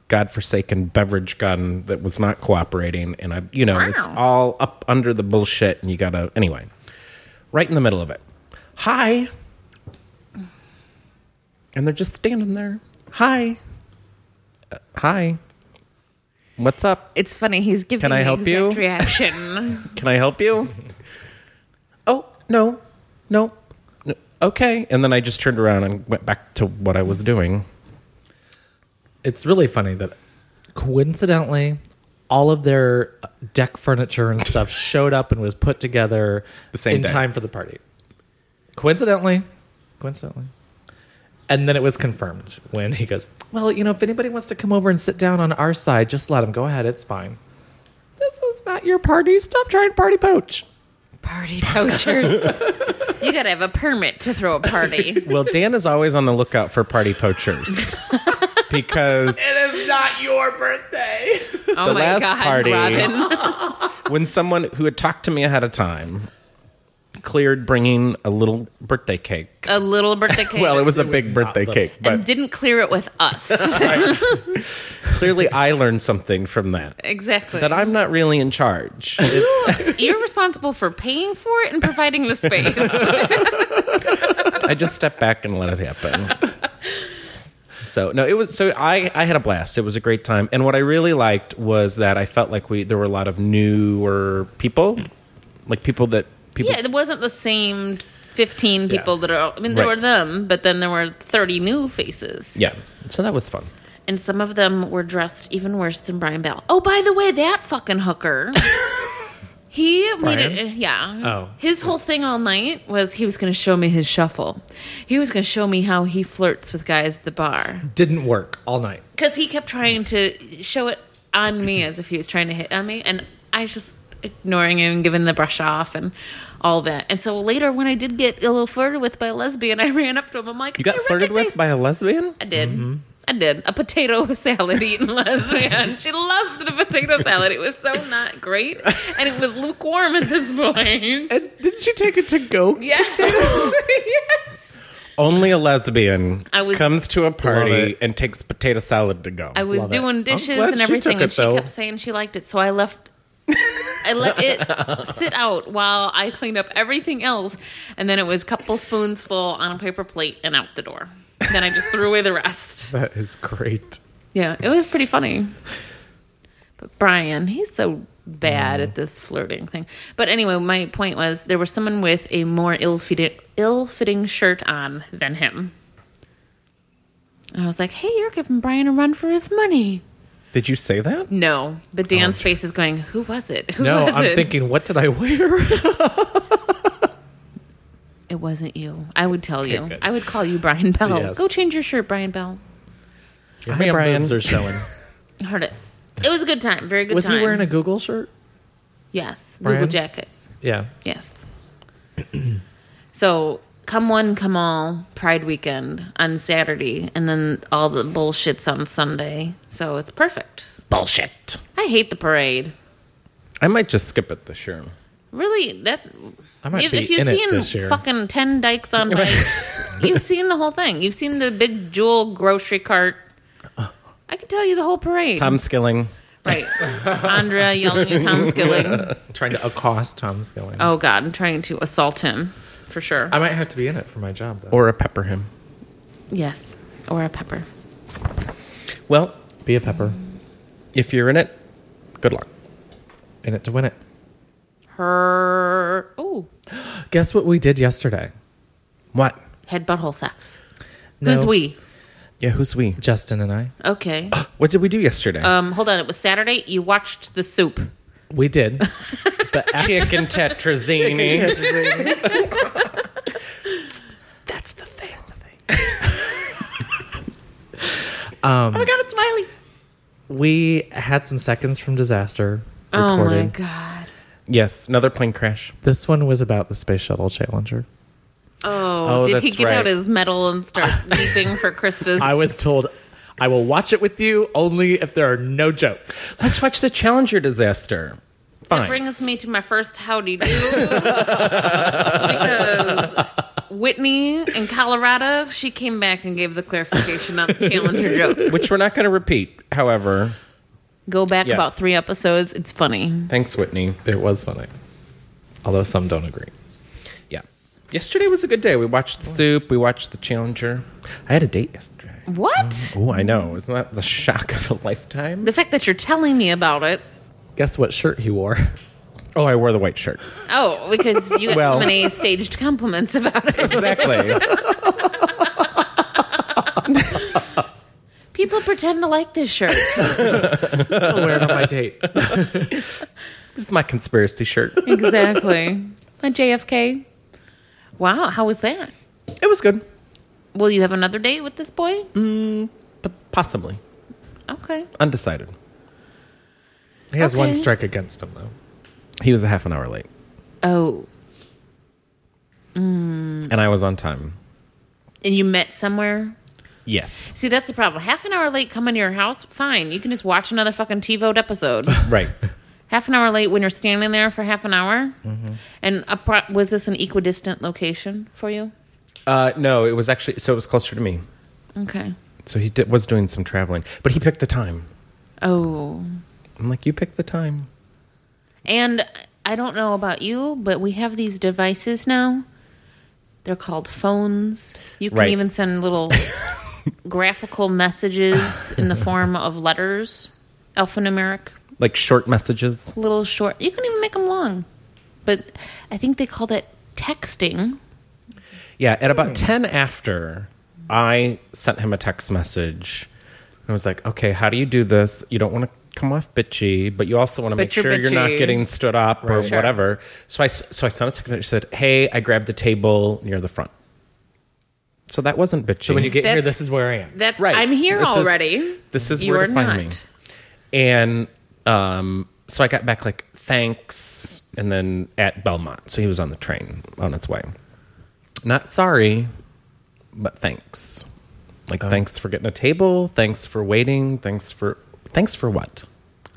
Speaker 2: godforsaken beverage gun that was not cooperating, and I, you know, it's
Speaker 3: Wow.
Speaker 2: all up under the bullshit, and you gotta anyway, right in the middle of it. Hi, and they're just standing there. Hi, Uh, hi, what's up?
Speaker 3: It's funny. He's giving
Speaker 2: Can I
Speaker 3: the
Speaker 2: help
Speaker 3: exact
Speaker 2: you?
Speaker 3: reaction.
Speaker 2: Can I help you? oh, no, no, no. Okay. And then I just turned around and went back to what I was doing.
Speaker 4: It's really funny that coincidentally, all of their deck furniture and stuff showed up and was put together
Speaker 2: The same
Speaker 4: in
Speaker 2: day.
Speaker 4: time for the party. Coincidentally, coincidentally. And then it was confirmed when he goes, Well, you know, if anybody wants to come over and sit down on our side, just let them go ahead. It's fine. This is not your party. Stop trying to party poach.
Speaker 3: party poachers. you gotta have a permit to throw a party.
Speaker 2: Well, Dan is always on the lookout for party poachers because
Speaker 3: Oh
Speaker 2: The
Speaker 3: my
Speaker 2: last
Speaker 3: god,
Speaker 2: party.
Speaker 3: Robin.
Speaker 2: when someone who had talked to me ahead of time cleared bringing a little birthday cake.
Speaker 3: A little birthday cake.
Speaker 2: Well, it was a big birthday
Speaker 4: little.
Speaker 2: cake,
Speaker 3: and
Speaker 2: but
Speaker 3: didn't clear it with us.
Speaker 2: clearly I learned something from that.
Speaker 3: exactly.
Speaker 2: That I'm not really in charge.
Speaker 3: You're responsible for paying for it and providing the space.
Speaker 2: I just stepped back and let it happen. So no, it was so I I had a blast. It was a great time, and what I really liked was that I felt like we there were a lot of newer people, like people that people
Speaker 3: yeah, it wasn't the same 15 people that are. I mean, there
Speaker 2: Right.
Speaker 3: were them, but then there were 30 new faces.
Speaker 2: yeah. So that was fun.
Speaker 3: And some of them were dressed even worse than Brian Bell. Oh, by the way, that fucking hooker. He made
Speaker 4: Brian?
Speaker 3: it, yeah.
Speaker 4: Oh.
Speaker 3: His whole thing all night was he was going to show me his shuffle. He was going to show me how he flirts with guys at the bar.
Speaker 4: Didn't work all night.
Speaker 3: because he kept trying to show it on me as if he was trying to hit on me, and I was just ignoring him, giving the brush off, and all that. And so later, when I did get a little flirted with by a lesbian, I ran up to him. I'm like,
Speaker 2: You got
Speaker 3: "I
Speaker 2: flirted with
Speaker 3: recognize-"
Speaker 2: by a lesbian?
Speaker 3: I did.
Speaker 4: Mm-hmm.
Speaker 3: I did a potato salad eating lesbian. She loved the potato salad. It was so not great, and it was lukewarm at this point.
Speaker 4: And didn't she take it to go?
Speaker 3: Yes, yes.
Speaker 2: Only a lesbian
Speaker 3: I was-
Speaker 2: comes to a
Speaker 4: Love
Speaker 2: party
Speaker 4: it.
Speaker 2: and takes potato salad to go.
Speaker 3: I was
Speaker 4: Love it.
Speaker 3: doing
Speaker 4: I'm
Speaker 3: dishes
Speaker 4: glad
Speaker 3: and
Speaker 4: she
Speaker 3: everything,
Speaker 4: took
Speaker 3: and
Speaker 4: it,
Speaker 3: she
Speaker 4: though.
Speaker 3: kept saying she liked it, so I left. I let it sit out while I cleaned up everything else, and then it was a couple spoons full on a paper plate and out the door. Then I just threw away the rest.
Speaker 4: That is great.
Speaker 3: Yeah, it was pretty funny. But Brian, he's so
Speaker 4: Mm.
Speaker 3: bad at this flirting thing. But anyway, my point was there was someone with a more ill-fitting ill-fitting shirt on than him. And I was like, "Hey, you're giving Brian a run for his money."
Speaker 2: Did you say that?
Speaker 3: No, but Dan's face is going, who was it? Who
Speaker 4: No,
Speaker 3: was
Speaker 4: I'm
Speaker 3: it?
Speaker 4: thinking, what did I wear?
Speaker 3: it wasn't you. I would tell you.
Speaker 4: good.
Speaker 3: I would call you Brian Bell.
Speaker 4: Yes.
Speaker 3: Go change your shirt, Brian Bell.
Speaker 4: Your man
Speaker 2: Brian.
Speaker 4: boobs are showing.
Speaker 3: Heard it. It was a good time. Very good
Speaker 4: Was
Speaker 3: time.
Speaker 4: he wearing a Google shirt?
Speaker 3: Yes.
Speaker 4: Brian?
Speaker 3: Google jacket.
Speaker 4: Yeah.
Speaker 3: Yes. so come one, come all, Pride weekend on Saturday, and then all the bullshit's on Sunday. So it's perfect.
Speaker 2: Bullshit.
Speaker 3: I hate the parade.
Speaker 2: I might just skip it this year.
Speaker 3: Really, that
Speaker 4: I might
Speaker 3: if,
Speaker 4: be
Speaker 3: if you've
Speaker 4: in it
Speaker 3: seen
Speaker 4: this year.
Speaker 3: fucking ten dykes on bikes, you've seen the whole thing. You've seen the big jewel grocery cart. I could tell you the whole parade,
Speaker 2: Tom Skilling.
Speaker 3: right? Andrea yelling at Tom Skilling.
Speaker 4: Trying to accost Tom Skilling.
Speaker 3: Oh God, I'm trying to assault him for sure.
Speaker 4: I might have to be in it for my job, though.
Speaker 2: Or a pepper him.
Speaker 3: yes, or a pepper.
Speaker 2: Well,
Speaker 4: be a pepper.
Speaker 2: if you're in it, good luck.
Speaker 4: In it to win it.
Speaker 3: Her oh
Speaker 4: Guess what we did yesterday?
Speaker 2: What?
Speaker 3: had butthole sex.
Speaker 4: No.
Speaker 3: Who's we?
Speaker 2: Yeah, who's we?
Speaker 4: Justin and I.
Speaker 3: Okay.
Speaker 2: What did we do yesterday?
Speaker 3: Um, hold on. It was Saturday. You watched the soup.
Speaker 4: We did. but after,
Speaker 2: Chicken tetrazzini.
Speaker 4: that's the thing. um, oh my god, it's Miley. We had some seconds from disaster
Speaker 3: Oh
Speaker 4: recorded.
Speaker 3: my God.
Speaker 2: yes, another plane crash.
Speaker 4: This one was about the space shuttle Challenger.
Speaker 3: Oh,
Speaker 2: Oh,
Speaker 3: did he
Speaker 2: that's
Speaker 3: get out
Speaker 2: right.
Speaker 3: his medal and start leaping for Krista's?
Speaker 4: I was told I will watch it with you only if there are no jokes.
Speaker 2: Let's watch the Challenger disaster. Fine.
Speaker 3: That brings me to my first howdy do because Whitney in Colorado, she came back and gave the clarification on the Challenger jokes.
Speaker 2: which we're not going to repeat. However,
Speaker 3: Go back
Speaker 2: Yeah.
Speaker 3: about three episodes. It's funny.
Speaker 2: thanks, Whitney.
Speaker 4: It was funny. Although some don't agree.
Speaker 2: Yeah. Yesterday was a good day. We watched the soup. We watched the Challenger. I had a date yesterday.
Speaker 3: What?
Speaker 2: Oh, I know. Isn't that the shock of a lifetime?
Speaker 3: The fact that you're telling me about it.
Speaker 4: Guess what shirt he wore?
Speaker 2: Oh, I wore the white shirt.
Speaker 3: Oh, because you got
Speaker 2: Well-
Speaker 3: so many staged compliments about it.
Speaker 2: Exactly.
Speaker 3: People pretend to like this shirt.
Speaker 4: I'll wear it on my date.
Speaker 2: this is my conspiracy shirt.
Speaker 3: exactly. My JFK. Wow, how was that?
Speaker 2: It was good.
Speaker 3: Will you have another date with this boy?
Speaker 2: P- possibly.
Speaker 3: Okay.
Speaker 2: Undecided.
Speaker 4: He has one
Speaker 3: Okay.
Speaker 4: strike against him though.
Speaker 2: He was a half an hour late,
Speaker 3: Oh,
Speaker 2: and I was on time.
Speaker 3: and you met somewhere?
Speaker 2: Yes.
Speaker 3: See, that's the problem. Half an hour late coming to your house, fine. You can just watch another fucking TiVo episode.
Speaker 2: Right.
Speaker 3: half an hour late when you're standing there for half an hour.
Speaker 2: Mm-hmm.
Speaker 3: And a pro- was this an equidistant location for you?
Speaker 2: Uh, no, it was actually so it was closer to me.
Speaker 3: Okay.
Speaker 2: So he did, was doing some traveling, but he picked the time.
Speaker 3: Oh.
Speaker 2: I'm like, you picked the time.
Speaker 3: And I don't know about you, but we have these devices now. They're called phones. You can
Speaker 2: Right.
Speaker 3: even send little graphical messages in the form of letters, alphanumeric,
Speaker 2: Like short messages.
Speaker 3: little short. You can even make them long. But I think they call that texting.
Speaker 2: Yeah, at about 10 after, I sent him a text message. I was like, okay, how do you do this? You don't want to come off bitchy, but you also want to make
Speaker 3: you're
Speaker 2: sure you're not
Speaker 3: bitchy.
Speaker 2: getting stood up or
Speaker 3: Sure.
Speaker 2: whatever. So I, s- so I sent a text message said, hey, I grabbed a table near the front. So that wasn't bitchy.
Speaker 4: So when you get here,
Speaker 3: That's-
Speaker 4: this is where I am.
Speaker 3: That's
Speaker 2: Right.
Speaker 3: I'm here
Speaker 2: This is-
Speaker 3: already.
Speaker 2: this is
Speaker 3: you
Speaker 2: where
Speaker 3: are
Speaker 2: to find
Speaker 3: not.
Speaker 2: me. And um, so I got back like thanks, and then at Belmont. So he was on the train on its way. Not sorry, but thanks. Like thanks for getting a table. Thanks for waiting. Thanks for thanks for what?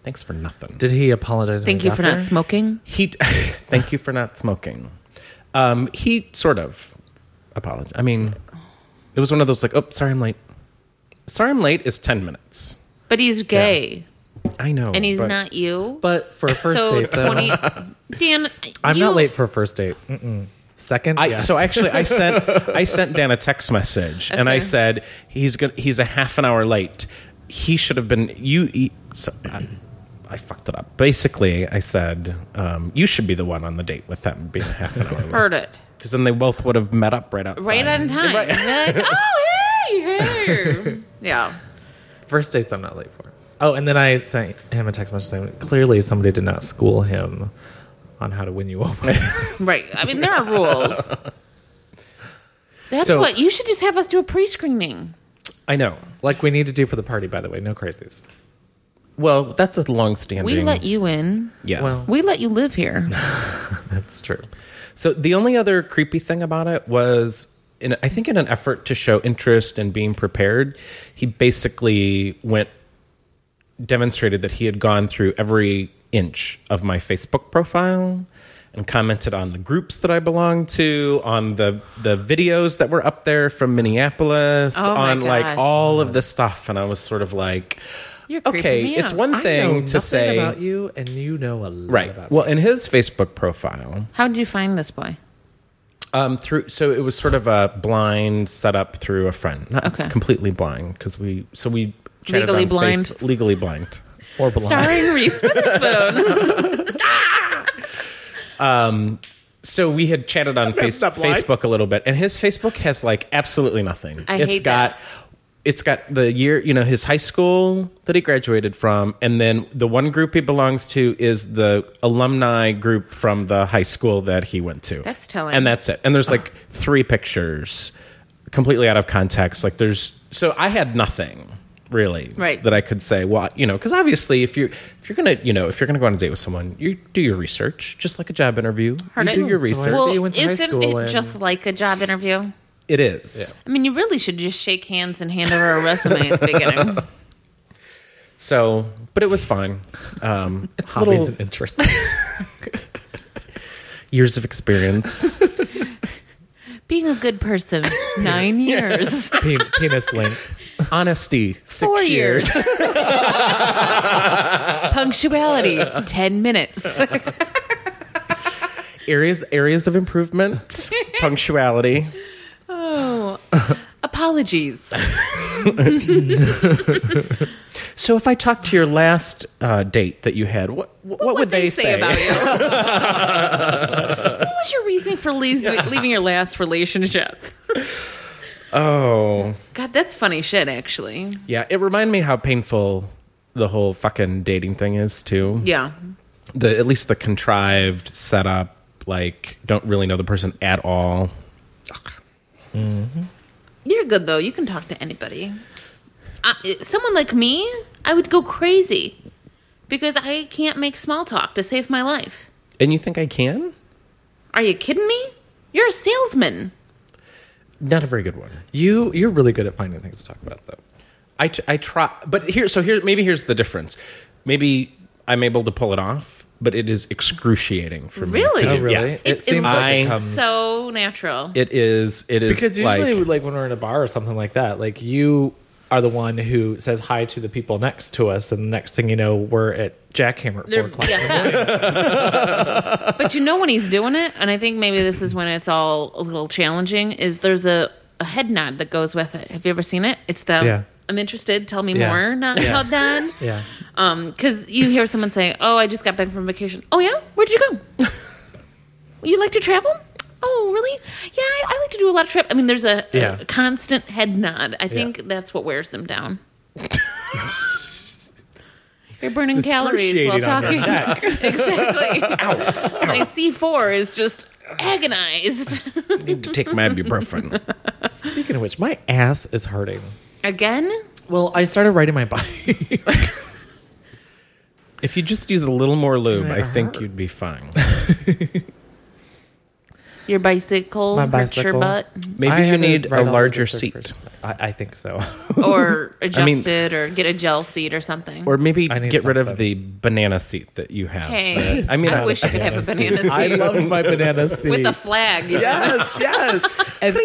Speaker 2: Thanks for nothing.
Speaker 4: Did he apologize? when
Speaker 3: Thank
Speaker 4: he
Speaker 3: you
Speaker 4: got
Speaker 3: for not
Speaker 4: there?
Speaker 3: smoking.
Speaker 2: he? thank you for not smoking. Um, he sort of apologized. I mean, it was one of those like, oh, sorry, I'm late. Sorry, I'm late is ten minutes.
Speaker 3: But he's gay.
Speaker 2: I know,
Speaker 3: And he's
Speaker 2: but-
Speaker 3: not you.
Speaker 4: But for a first
Speaker 3: so
Speaker 4: date, though,
Speaker 3: 20 Dan,
Speaker 4: I'm
Speaker 3: you-
Speaker 4: not late for a first date. Mm-mm. Second,
Speaker 2: I,
Speaker 4: yes.
Speaker 2: So actually, I sent I sent Dan a text message, and I
Speaker 3: Okay.
Speaker 2: said he's going he's a half an hour late. He should have been you. He, so, I, I fucked it up. Basically, I said um, you should be the one on the date with them, being a half an hour late,
Speaker 3: Heard it
Speaker 2: because then they both would have met up right outside.
Speaker 3: right on time. They're like, oh hey, hey, yeah.
Speaker 4: first dates, I'm not late for. Oh, and then I sent him a text message saying, "Clearly, somebody did not school him on how to win you over."
Speaker 3: Right. I mean, there are rules. That's
Speaker 2: So-
Speaker 3: what you should just have us do a pre-screening.
Speaker 2: I know.
Speaker 4: like we need to do for the party, by the way. No crazies.
Speaker 2: Well, that's a long-standing.
Speaker 3: We let you in.
Speaker 2: yeah.
Speaker 4: Well,
Speaker 3: We let you live here.
Speaker 4: that's true.
Speaker 2: So the only other creepy thing about it was, in, I think, in an effort to show interest and being prepared, he basically went demonstrated that he had gone through every inch of my Facebook profile and commented on the groups that I belonged to, on the the videos that were up there from Minneapolis,
Speaker 3: Oh my
Speaker 2: on like
Speaker 3: gosh.
Speaker 2: all of this stuff, and I was sort of like.
Speaker 3: You're creeping
Speaker 2: Okay,
Speaker 3: me
Speaker 2: it's
Speaker 3: out.
Speaker 2: one
Speaker 4: I know
Speaker 2: thing
Speaker 4: nothing
Speaker 2: to say,
Speaker 4: about you, and you know a lot
Speaker 2: right?
Speaker 4: about
Speaker 2: Well, in his Facebook profile,
Speaker 3: How did you find this boy?
Speaker 2: Um, through so it was sort of a blind setup through a friend, not
Speaker 3: Okay.
Speaker 2: completely blind because we so we chatted
Speaker 3: Legally
Speaker 2: on
Speaker 3: blind.
Speaker 2: Facebook- legally blind.
Speaker 4: me. or belong.
Speaker 3: Starring Reese Witherspoon.
Speaker 2: So we had chatted on face,
Speaker 4: not blind.
Speaker 2: Facebook a little bit, and his Facebook has like absolutely nothing.
Speaker 3: I
Speaker 2: It's
Speaker 3: hate
Speaker 2: got
Speaker 3: that.
Speaker 2: it's got the year you know his high school that he graduated from, and then the one group he belongs to is the alumni group from the high school that he went to.
Speaker 3: That's telling.
Speaker 2: And that's it. And there's like three pictures, completely out of context. Like there's so I had nothing really
Speaker 3: Right.
Speaker 2: that I could say. Well, you know, because obviously if you if you're gonna you know if you're gonna go on a date with someone, you do your research, just like a job interview.
Speaker 3: Heard
Speaker 2: you
Speaker 3: it.
Speaker 2: do your
Speaker 3: So I-
Speaker 2: research.
Speaker 3: well,
Speaker 4: You went to high
Speaker 3: isn't
Speaker 4: school
Speaker 3: it
Speaker 4: and-
Speaker 3: just like a job interview?
Speaker 2: It is.
Speaker 3: I mean, you really should just shake hands and hand over a resume at the beginning.
Speaker 2: So, but it was fine. Um, it's a
Speaker 4: Hobbies
Speaker 2: little
Speaker 4: and interests.
Speaker 2: years of experience.
Speaker 3: Being a good person, nine years.
Speaker 4: Pe- penis link.
Speaker 2: Honesty, six
Speaker 3: Four
Speaker 2: years.
Speaker 3: years. Punctuality, 10 minutes.
Speaker 2: areas areas of improvement, punctuality.
Speaker 3: Apologies.
Speaker 2: So if I talked to your last uh, date that you had, what what, what
Speaker 3: What'd
Speaker 2: would they, say?
Speaker 3: about you? what was your reason for leas- leaving your last relationship?
Speaker 2: oh,
Speaker 3: God, that's funny shit, actually.
Speaker 2: yeah. It reminded me how painful the whole fucking dating thing is too.
Speaker 3: Yeah.
Speaker 2: The at least the contrived setup, like don't really know the person at all.
Speaker 3: You're good, though. You can talk to anybody. I, it- someone like me, I would go crazy because I can't make small talk to save my life.
Speaker 2: And you think I can?
Speaker 3: Are you kidding me? You're a salesman.
Speaker 2: Not a very good one.
Speaker 4: You you're really good at finding things to talk about though.
Speaker 2: I, t- I try, but here, so here, maybe here's the difference. Maybe I'm able to pull it off, but it is excruciating for me.
Speaker 3: Really?
Speaker 2: To do.
Speaker 3: Oh,
Speaker 4: really?
Speaker 2: Yeah.
Speaker 4: It seems
Speaker 3: looks
Speaker 2: like it
Speaker 4: comes-
Speaker 3: so natural.
Speaker 2: It is, it is.
Speaker 4: Because usually
Speaker 2: like,
Speaker 4: like, when we're in a bar or something like that, like you are the one who says hi to the people next to us, and the next thing you know, we're at Jackhammer at four
Speaker 3: They're
Speaker 4: o'clock.
Speaker 3: BFFs. but you know when he's doing it, and I think maybe this is when it's all a little challenging. Is there's a, a head nod that goes with it? Have you ever seen it? It's the
Speaker 4: Yeah.
Speaker 3: I'm interested. Tell me
Speaker 4: Yeah.
Speaker 3: more. Not
Speaker 4: Yeah.
Speaker 3: held down.
Speaker 4: Yeah.
Speaker 3: Um, because you hear someone say, "Oh, I just got back from vacation." Oh yeah, where'd you go? you like to travel? Oh really? Yeah, I, I like to do a lot of trip. I mean, there's a, a
Speaker 4: Yeah.
Speaker 3: constant head nod. I think that's what wears them down. You're burning calories while
Speaker 4: excruciating on
Speaker 3: talking.
Speaker 4: your neck.
Speaker 3: exactly. My C4 is just agonized.
Speaker 2: I need to take my ibuprofen.
Speaker 4: Speaking of which, my ass is hurting.
Speaker 3: Again?
Speaker 4: Well, I started riding my bike.
Speaker 2: if you just use a little more lube,
Speaker 4: It
Speaker 2: I think
Speaker 4: hurt.
Speaker 2: you'd be fine.
Speaker 3: Your bicycle,
Speaker 4: My
Speaker 3: hurts your
Speaker 4: bicycle.
Speaker 3: butt,
Speaker 2: Maybe
Speaker 4: I
Speaker 2: you
Speaker 4: had to
Speaker 2: need
Speaker 4: ride
Speaker 2: a
Speaker 4: all the way
Speaker 2: larger
Speaker 4: to the
Speaker 2: seat,
Speaker 4: first- I, I think so.
Speaker 3: or adjust
Speaker 2: I mean-
Speaker 3: it, or get a gel seat or something.
Speaker 2: or maybe
Speaker 4: I need
Speaker 2: get rid of
Speaker 4: something.
Speaker 2: the banana seat that you have.
Speaker 3: Hey,
Speaker 2: I mean, uh,
Speaker 3: I wish you could have a banana
Speaker 4: I
Speaker 3: seat
Speaker 4: loved my banana seat
Speaker 3: with a flag.
Speaker 4: Yes, yes. And,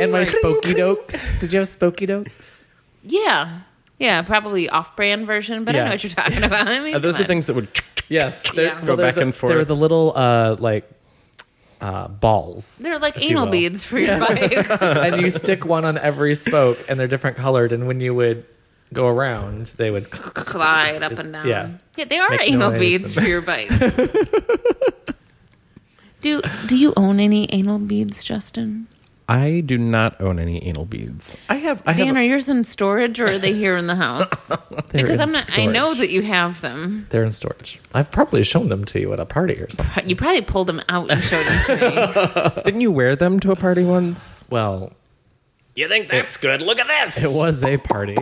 Speaker 4: and my spooky dokes. Did you have spooky dokes?
Speaker 3: Yeah. Yeah, probably off-brand version, but I
Speaker 4: Yeah.
Speaker 3: know what you're talking about. I mean,
Speaker 2: Uh, those
Speaker 3: come
Speaker 2: are
Speaker 3: on.
Speaker 2: things that would.
Speaker 4: Yes.
Speaker 3: they're- Yeah. Go
Speaker 2: back
Speaker 4: the,
Speaker 2: and forth.
Speaker 4: They're the little uh, like uh, balls.
Speaker 3: They're like
Speaker 4: if you
Speaker 3: anal
Speaker 4: will.
Speaker 3: beads for your bike.
Speaker 4: and you stick one on every spoke, and they're different colored. And when you would go around, they would.
Speaker 3: Slide up and down.
Speaker 4: Yeah.
Speaker 3: they are
Speaker 4: Make
Speaker 3: anal
Speaker 4: noise
Speaker 3: beads
Speaker 4: and-
Speaker 3: for your bike. do do you own any anal beads, Justin?
Speaker 2: I do not own any anal beads. I have. I have.
Speaker 3: Dan, are yours in storage or are they here in the house?
Speaker 4: They're
Speaker 3: because
Speaker 4: in
Speaker 3: I'm not I know
Speaker 4: storage.
Speaker 3: that you have them.
Speaker 4: they're in storage. I've probably shown them to you at a party or something.
Speaker 3: You probably pulled them out and showed them to me.
Speaker 2: Didn't you wear them to a party once?
Speaker 4: Well,
Speaker 2: You think that's good? Look at this.
Speaker 4: it was a party.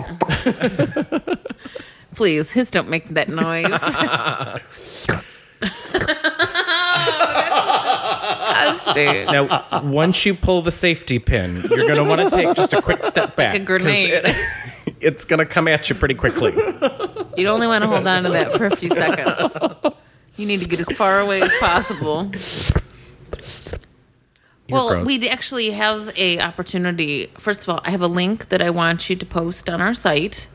Speaker 3: Please, his don't make that noise. That's disgusting.
Speaker 2: Now, once you pull the safety pin, you're going to want to take just a quick step back.
Speaker 3: a grenade.
Speaker 2: 'cause it- it's going to come at you pretty quickly.
Speaker 3: You'd only want to hold on to that for a few seconds. You need to get as far away as possible. well,
Speaker 2: gross.
Speaker 3: we d- actually have a opportunity. First of all, I have a link that I want you to post on our site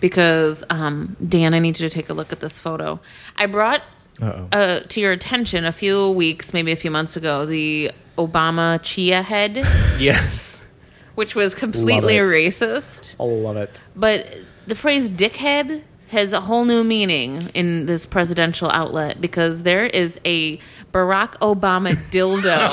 Speaker 3: because um, Dan, I need you to take a look at this photo. I brought
Speaker 4: Uh-oh.
Speaker 3: uh, to your attention a few weeks, maybe a few months ago, the Obama chia head,
Speaker 2: yes.
Speaker 3: which was completely
Speaker 4: Love it.
Speaker 3: racist.
Speaker 4: I love it.
Speaker 3: But the phrase dickhead has a whole new meaning in this presidential outlet because there is a Barack Obama dildo.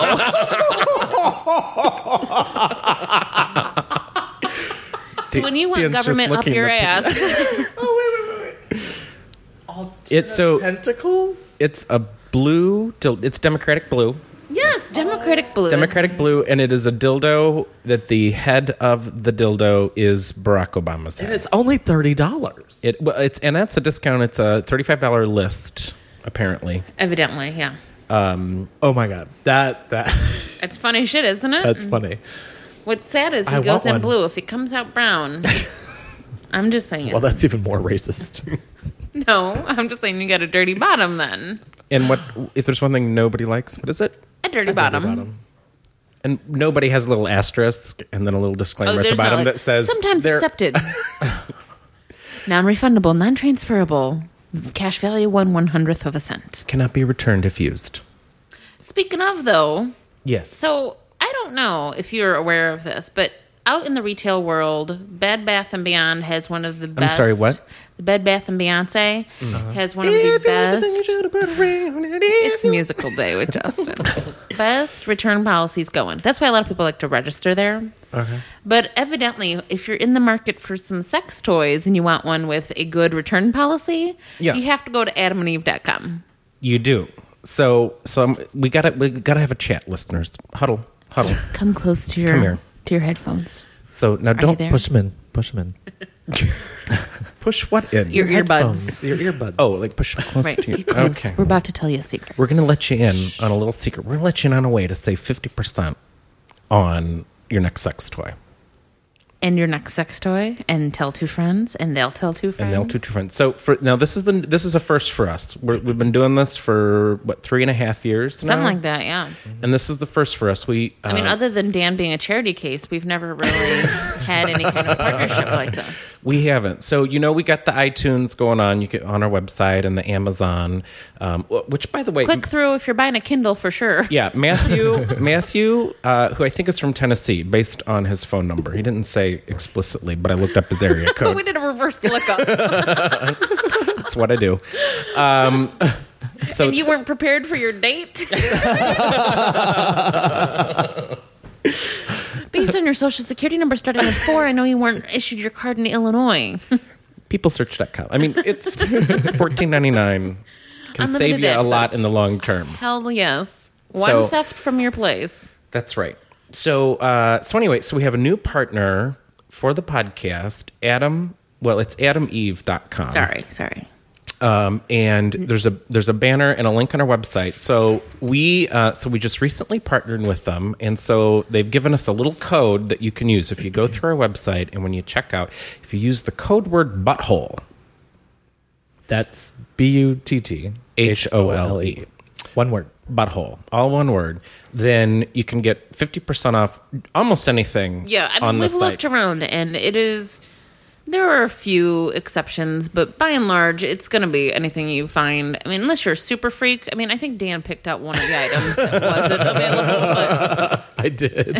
Speaker 3: so when you want
Speaker 2: Dan's just
Speaker 3: government up
Speaker 2: looking
Speaker 3: your
Speaker 2: at the-
Speaker 3: ass,
Speaker 4: Oh wait, wait, wait. wait.
Speaker 2: It's so
Speaker 4: Tentacles.
Speaker 2: it's a blue. Dil- it's Democratic blue.
Speaker 3: yes, Democratic blue.
Speaker 2: Democratic blue, and it is a dildo that the head of the dildo is Barack Obama's
Speaker 4: And
Speaker 2: head.
Speaker 4: it's only thirty dollars.
Speaker 2: It well, it's and that's a discount. It's a thirty-five dollar list apparently.
Speaker 3: Evidently, yeah.
Speaker 4: Oh my god, that that
Speaker 3: It's funny shit, isn't it?
Speaker 4: that's funny.
Speaker 3: What's sad is he
Speaker 4: I
Speaker 3: goes
Speaker 4: want
Speaker 3: in
Speaker 4: one.
Speaker 3: blue. If it comes out brown, I'm just saying.
Speaker 4: Well, that's even more racist.
Speaker 3: no, I'm just saying you got a dirty bottom then.
Speaker 2: And what if there's one thing nobody likes? What is it?
Speaker 3: A dirty bottom.
Speaker 2: And nobody has a little asterisk and then a little disclaimer at the
Speaker 3: Oh, there's no,
Speaker 2: bottom
Speaker 3: like,
Speaker 2: that says
Speaker 3: sometimes
Speaker 2: there-
Speaker 3: accepted, non-refundable, non-transferable, cash value one one hundredth of a cent.
Speaker 2: cannot be returned if used.
Speaker 3: Speaking of though,
Speaker 2: Yes.
Speaker 3: So I don't know if you're aware of this, but out in the retail world, Bed Bath and Beyond has one of the best.
Speaker 2: sorry, what? Mm-hmm.
Speaker 3: The Bed Bath and Beyonce has one of the best. It's musical day with Justin. best return policies going. That's why a lot of people like to register there.
Speaker 4: Okay.
Speaker 3: But evidently, if you're in the market for some sex toys and you want one with a good return policy,
Speaker 2: Yeah.
Speaker 3: you have to go to adamandeve.com.
Speaker 2: You do. So so um, we gotta we gotta have a chat, listeners. Huddle. Huddle.
Speaker 3: Come close to
Speaker 2: Come
Speaker 3: your
Speaker 2: here.
Speaker 3: to your headphones.
Speaker 2: So now
Speaker 3: Are you
Speaker 2: don't
Speaker 3: there?
Speaker 4: Push them in. Push them in.
Speaker 2: push what in?
Speaker 3: your
Speaker 4: Headphones,
Speaker 3: earbuds.
Speaker 4: Your earbuds.
Speaker 2: oh, like push close
Speaker 3: Right.
Speaker 2: to you.
Speaker 3: Get close.
Speaker 2: Okay.
Speaker 3: We're about to tell you a secret.
Speaker 2: We're gonna let you in on a little secret. We're gonna let you in on a way to save fifty percent on your next sex toy.
Speaker 3: And your next sex toy, and tell two friends, and they'll tell two
Speaker 2: And
Speaker 3: friends.
Speaker 2: they'll two friends. So for now, this is the this is a first for us. We're, we've been doing this for what three and a half years, now?
Speaker 3: Something like that, yeah.
Speaker 2: And this is the first for us. We uh,
Speaker 3: I mean, other than Dan being a charity case, we've never really had any kind of partnership like this.
Speaker 2: We haven't. So you know, we got the iTunes going on. You can on our website and the Amazon, um, wh- which by the way,
Speaker 3: Click through if you're buying a Kindle for sure.
Speaker 2: yeah, Matthew, Matthew, uh, who I think is from Tennessee, based on his phone number. He didn't say explicitly, but I looked up his area
Speaker 3: we
Speaker 2: code.
Speaker 3: did a reverse lookup,
Speaker 2: That's what I do. Um, so
Speaker 3: and you weren't prepared for your date. Based on your social security number starting with four, I know you weren't issued your card in Illinois.
Speaker 2: peoplesearch.com. I mean, it's fourteen ninety nine. Can
Speaker 3: Unlimited
Speaker 2: save you a lot
Speaker 3: access.
Speaker 2: in the long term.
Speaker 3: Hell yes. One
Speaker 2: So-
Speaker 3: theft from your place.
Speaker 2: That's right. So uh, so anyway, so we have a new partner for the podcast, Adam. Well, it's adameve.com.
Speaker 3: Sorry, sorry.
Speaker 2: um, and there's a there's a banner and a link on our website. So we uh, so we just recently partnered with them, and so they've given us a little code that you can use if you go through our website and when you check out, if you use the code word butthole,
Speaker 4: That's B U T T H O L E. One word.
Speaker 2: butthole, all one word, then you can get fifty percent off almost anything.
Speaker 3: Yeah, I mean,
Speaker 2: on the
Speaker 3: we've
Speaker 2: site.
Speaker 3: looked around and it is. There are a few exceptions, but by and large, it's going to be anything you find. I mean, unless you're a super freak. I mean, I think Dan picked out one of the items that wasn't available. But,
Speaker 4: I did.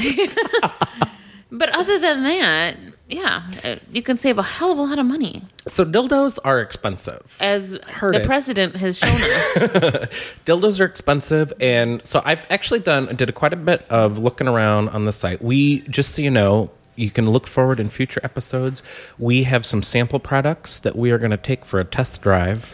Speaker 3: but other than that, yeah, uh, you can save a hell of a lot of money,
Speaker 2: So dildos are expensive.
Speaker 3: as
Speaker 4: Heard
Speaker 3: the
Speaker 4: it.
Speaker 3: president has shown us.
Speaker 2: dildos are expensive and so i've actually done did quite a bit of looking around on the site we just so you know you can look forward in future episodes we have some sample products that we are going to take for a test drive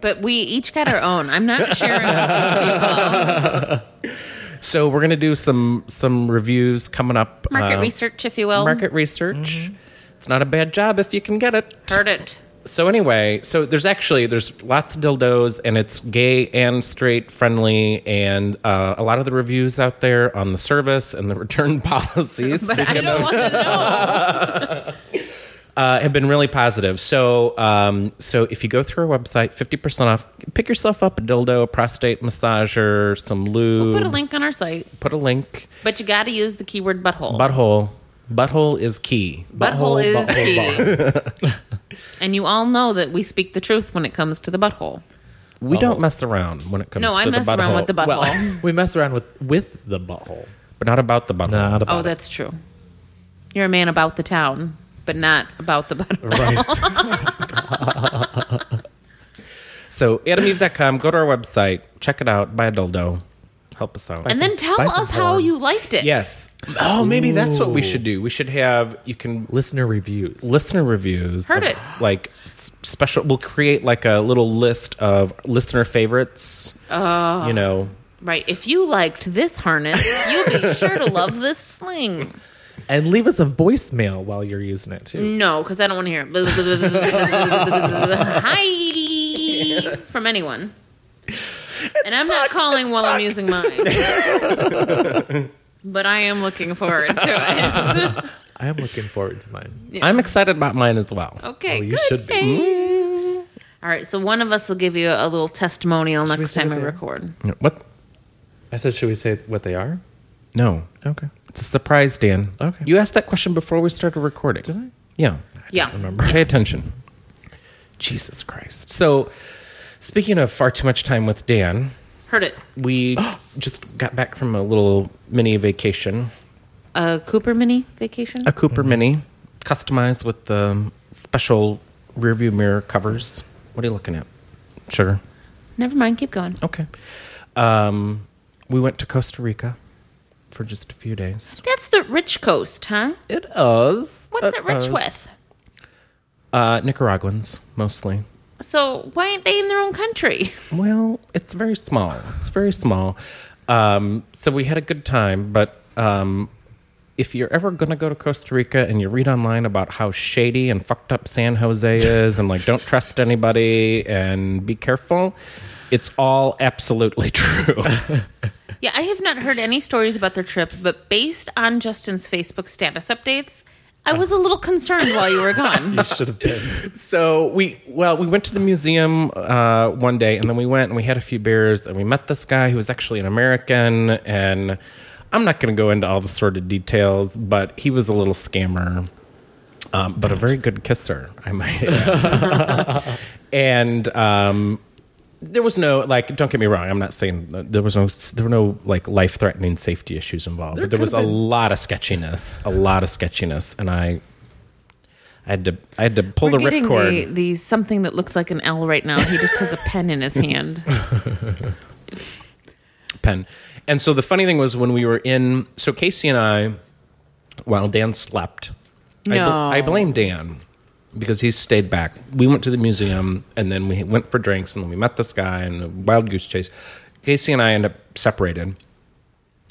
Speaker 3: But we each got our own. I'm not sharing with these people.
Speaker 2: so we're going to do some some reviews coming up
Speaker 3: Market
Speaker 2: um,
Speaker 3: research, Mm-hmm. if you will.
Speaker 2: market research it's not a bad job if you can get it
Speaker 3: Heard it.
Speaker 2: so anyway so there's actually there's lots of dildos and it's gay and straight friendly and uh, a lot of the reviews out there on the service and the return policies
Speaker 3: But I
Speaker 2: speaking
Speaker 3: don't
Speaker 2: of,
Speaker 3: want to know.
Speaker 2: uh, have been really positive so um, so if you go through our website 50% off pick yourself up a dildo a prostate massager some lube
Speaker 3: Put a link on our site.
Speaker 2: put a link
Speaker 3: But you got to use the keyword butthole.
Speaker 2: butthole butthole is key
Speaker 3: butthole, is
Speaker 4: butthole,
Speaker 3: key.
Speaker 4: butthole.
Speaker 3: And you all know that we speak the truth when it comes to the butthole.
Speaker 2: we
Speaker 4: Butthole.
Speaker 2: don't mess around when it comes
Speaker 3: No,
Speaker 2: to
Speaker 3: I
Speaker 2: the
Speaker 3: mess around with the butthole.
Speaker 2: Well,
Speaker 4: we mess around with with the butthole.
Speaker 2: but not about the butthole
Speaker 4: Not about
Speaker 3: oh, that's true. You're a man about the town, but not about the butthole.
Speaker 4: right.
Speaker 2: So adameve.com, go to our website, check it out, buy a dildo, help us out.
Speaker 3: And then tell
Speaker 4: buy some
Speaker 3: us how
Speaker 4: porn.
Speaker 3: you liked it.
Speaker 2: yes. Oh, maybe that's what we should do. We should have you can
Speaker 4: Listener reviews.
Speaker 2: listener reviews.
Speaker 3: Heard
Speaker 2: of,
Speaker 3: it.
Speaker 2: Like s- special. We'll create like a little list of listener favorites. Oh. You know.
Speaker 3: Right. If you liked this harness, you'll be sure to love this sling.
Speaker 4: and leave us a voicemail while you're using it too.
Speaker 3: No, because I don't want to hear it. Hi from anyone. and I'm not calling while I'm using mine. but I am looking forward to it.
Speaker 4: I am looking forward to mine.
Speaker 2: I'm excited about mine as well.
Speaker 3: okay.
Speaker 4: Oh, you
Speaker 3: good.
Speaker 4: should be. Mm.
Speaker 3: All right, so one of us will give you a little testimonial
Speaker 4: we
Speaker 3: next
Speaker 4: say
Speaker 3: time
Speaker 4: it
Speaker 3: we
Speaker 4: there?
Speaker 3: record.
Speaker 2: What?
Speaker 4: I said, should we say what they are?
Speaker 2: No.
Speaker 4: Okay.
Speaker 2: It's a surprise, Dan.
Speaker 4: Okay.
Speaker 2: You asked that question before we started recording.
Speaker 4: Did I?
Speaker 2: Yeah.
Speaker 3: yeah.
Speaker 4: remember.
Speaker 2: Pay attention. Jesus Christ. So, speaking of far too much time with Dan,
Speaker 3: Heard it.
Speaker 2: we just got back from a little mini vacation,
Speaker 3: A Uh, Cooper Mini vacation.
Speaker 4: Uh,
Speaker 2: a Cooper Mini, customized with the special rearview mirror covers. What are you looking at? Sugar.
Speaker 3: Never mind. Keep going.
Speaker 2: Okay. Um, we went to Costa Rica for just a few days.
Speaker 3: That's the rich coast, huh?
Speaker 2: It is.
Speaker 3: What's it
Speaker 4: uh,
Speaker 3: rich with?
Speaker 2: Uh, Nicaraguans, mostly.
Speaker 3: So why aren't they in their own country?
Speaker 2: Well, it's very small. It's very small. Um, so we had a good time, but um, if you're ever going to go to Costa Rica and you read online about how shady and fucked up San Jose is and like don't trust anybody and be careful, it's all absolutely true.
Speaker 3: Yeah, I have not heard any stories about their trip, but based on Justin's Facebook status updates, I was a little concerned while you were gone.
Speaker 4: You should have been.
Speaker 2: so we well we went to the museum uh, one day and then we went and we had a few beers and we met this guy who was actually an american and i'm not going to go into all the sordid details but he was a little scammer um, but a very good kisser i might add and um, there was no like don't get me wrong i'm not saying that there was no there were no like life-threatening safety issues involved but there was a lot of sketchiness a lot of sketchiness and i I had to I had to pull
Speaker 3: We're
Speaker 2: the
Speaker 3: getting
Speaker 2: ripcord.
Speaker 3: The, the something that looks like an L right now. He just has a pen in his hand.
Speaker 2: pen. And so the funny thing was when we were in, so Casey and I, while Dan slept, I, bl-
Speaker 3: No.
Speaker 2: I blame Dan because he stayed back. We went to the museum and then we went for drinks and we met this guy and a wild goose chase. Casey and I end up separated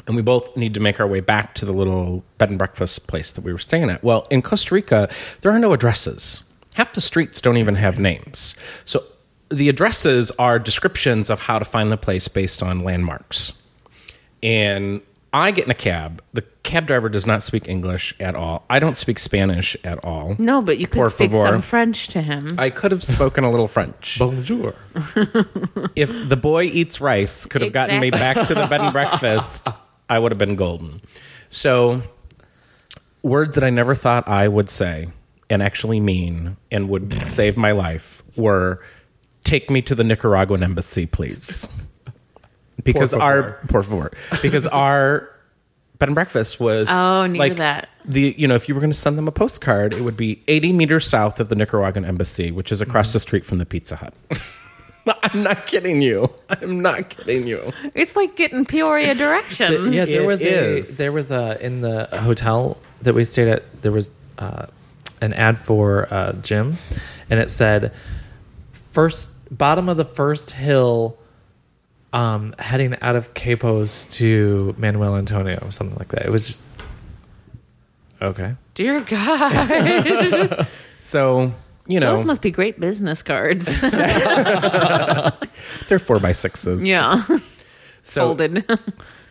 Speaker 2: and we both need to make our way back to the little bed and breakfast place that we were staying at. Well, in Costa Rica, there are no addresses. Half the streets don't even have names. So the addresses are descriptions of how to find the place based on landmarks. And I get in a cab. The cab driver does not speak English at all. I don't speak Spanish at all.
Speaker 3: No, but you could
Speaker 2: Por
Speaker 3: speak
Speaker 2: favor.
Speaker 3: some French to him.
Speaker 2: I could have spoken a little French.
Speaker 4: Bonjour.
Speaker 2: if the boy eats rice could have gotten me
Speaker 3: Exactly.
Speaker 2: back to the bed and breakfast, I would have been golden. So, words that I never thought I would say and actually mean and would save my life were take me to the Nicaraguan embassy, please. Because our por favor. Because our bed and breakfast was
Speaker 3: Oh, neither that.
Speaker 2: the you know if you were going to send them a postcard it would be 80 meters south of the nicaraguan embassy which is across the street from the pizza hut i'm not kidding you i'm not kidding you
Speaker 3: It's like getting Peoria directions.
Speaker 4: Mm-hmm. yeah, there
Speaker 2: It
Speaker 4: was
Speaker 2: is.
Speaker 4: a there was a in the hotel that we stayed at. There was uh, an ad for uh, gym, and it said first bottom of the first hill, um, heading out of Capos to Manuel Antonio or something like that. It was just okay.
Speaker 3: Dear God.
Speaker 2: so you know
Speaker 3: Those must be great business cards.
Speaker 2: they're four by sixes
Speaker 3: yeah.
Speaker 2: so
Speaker 3: Folded.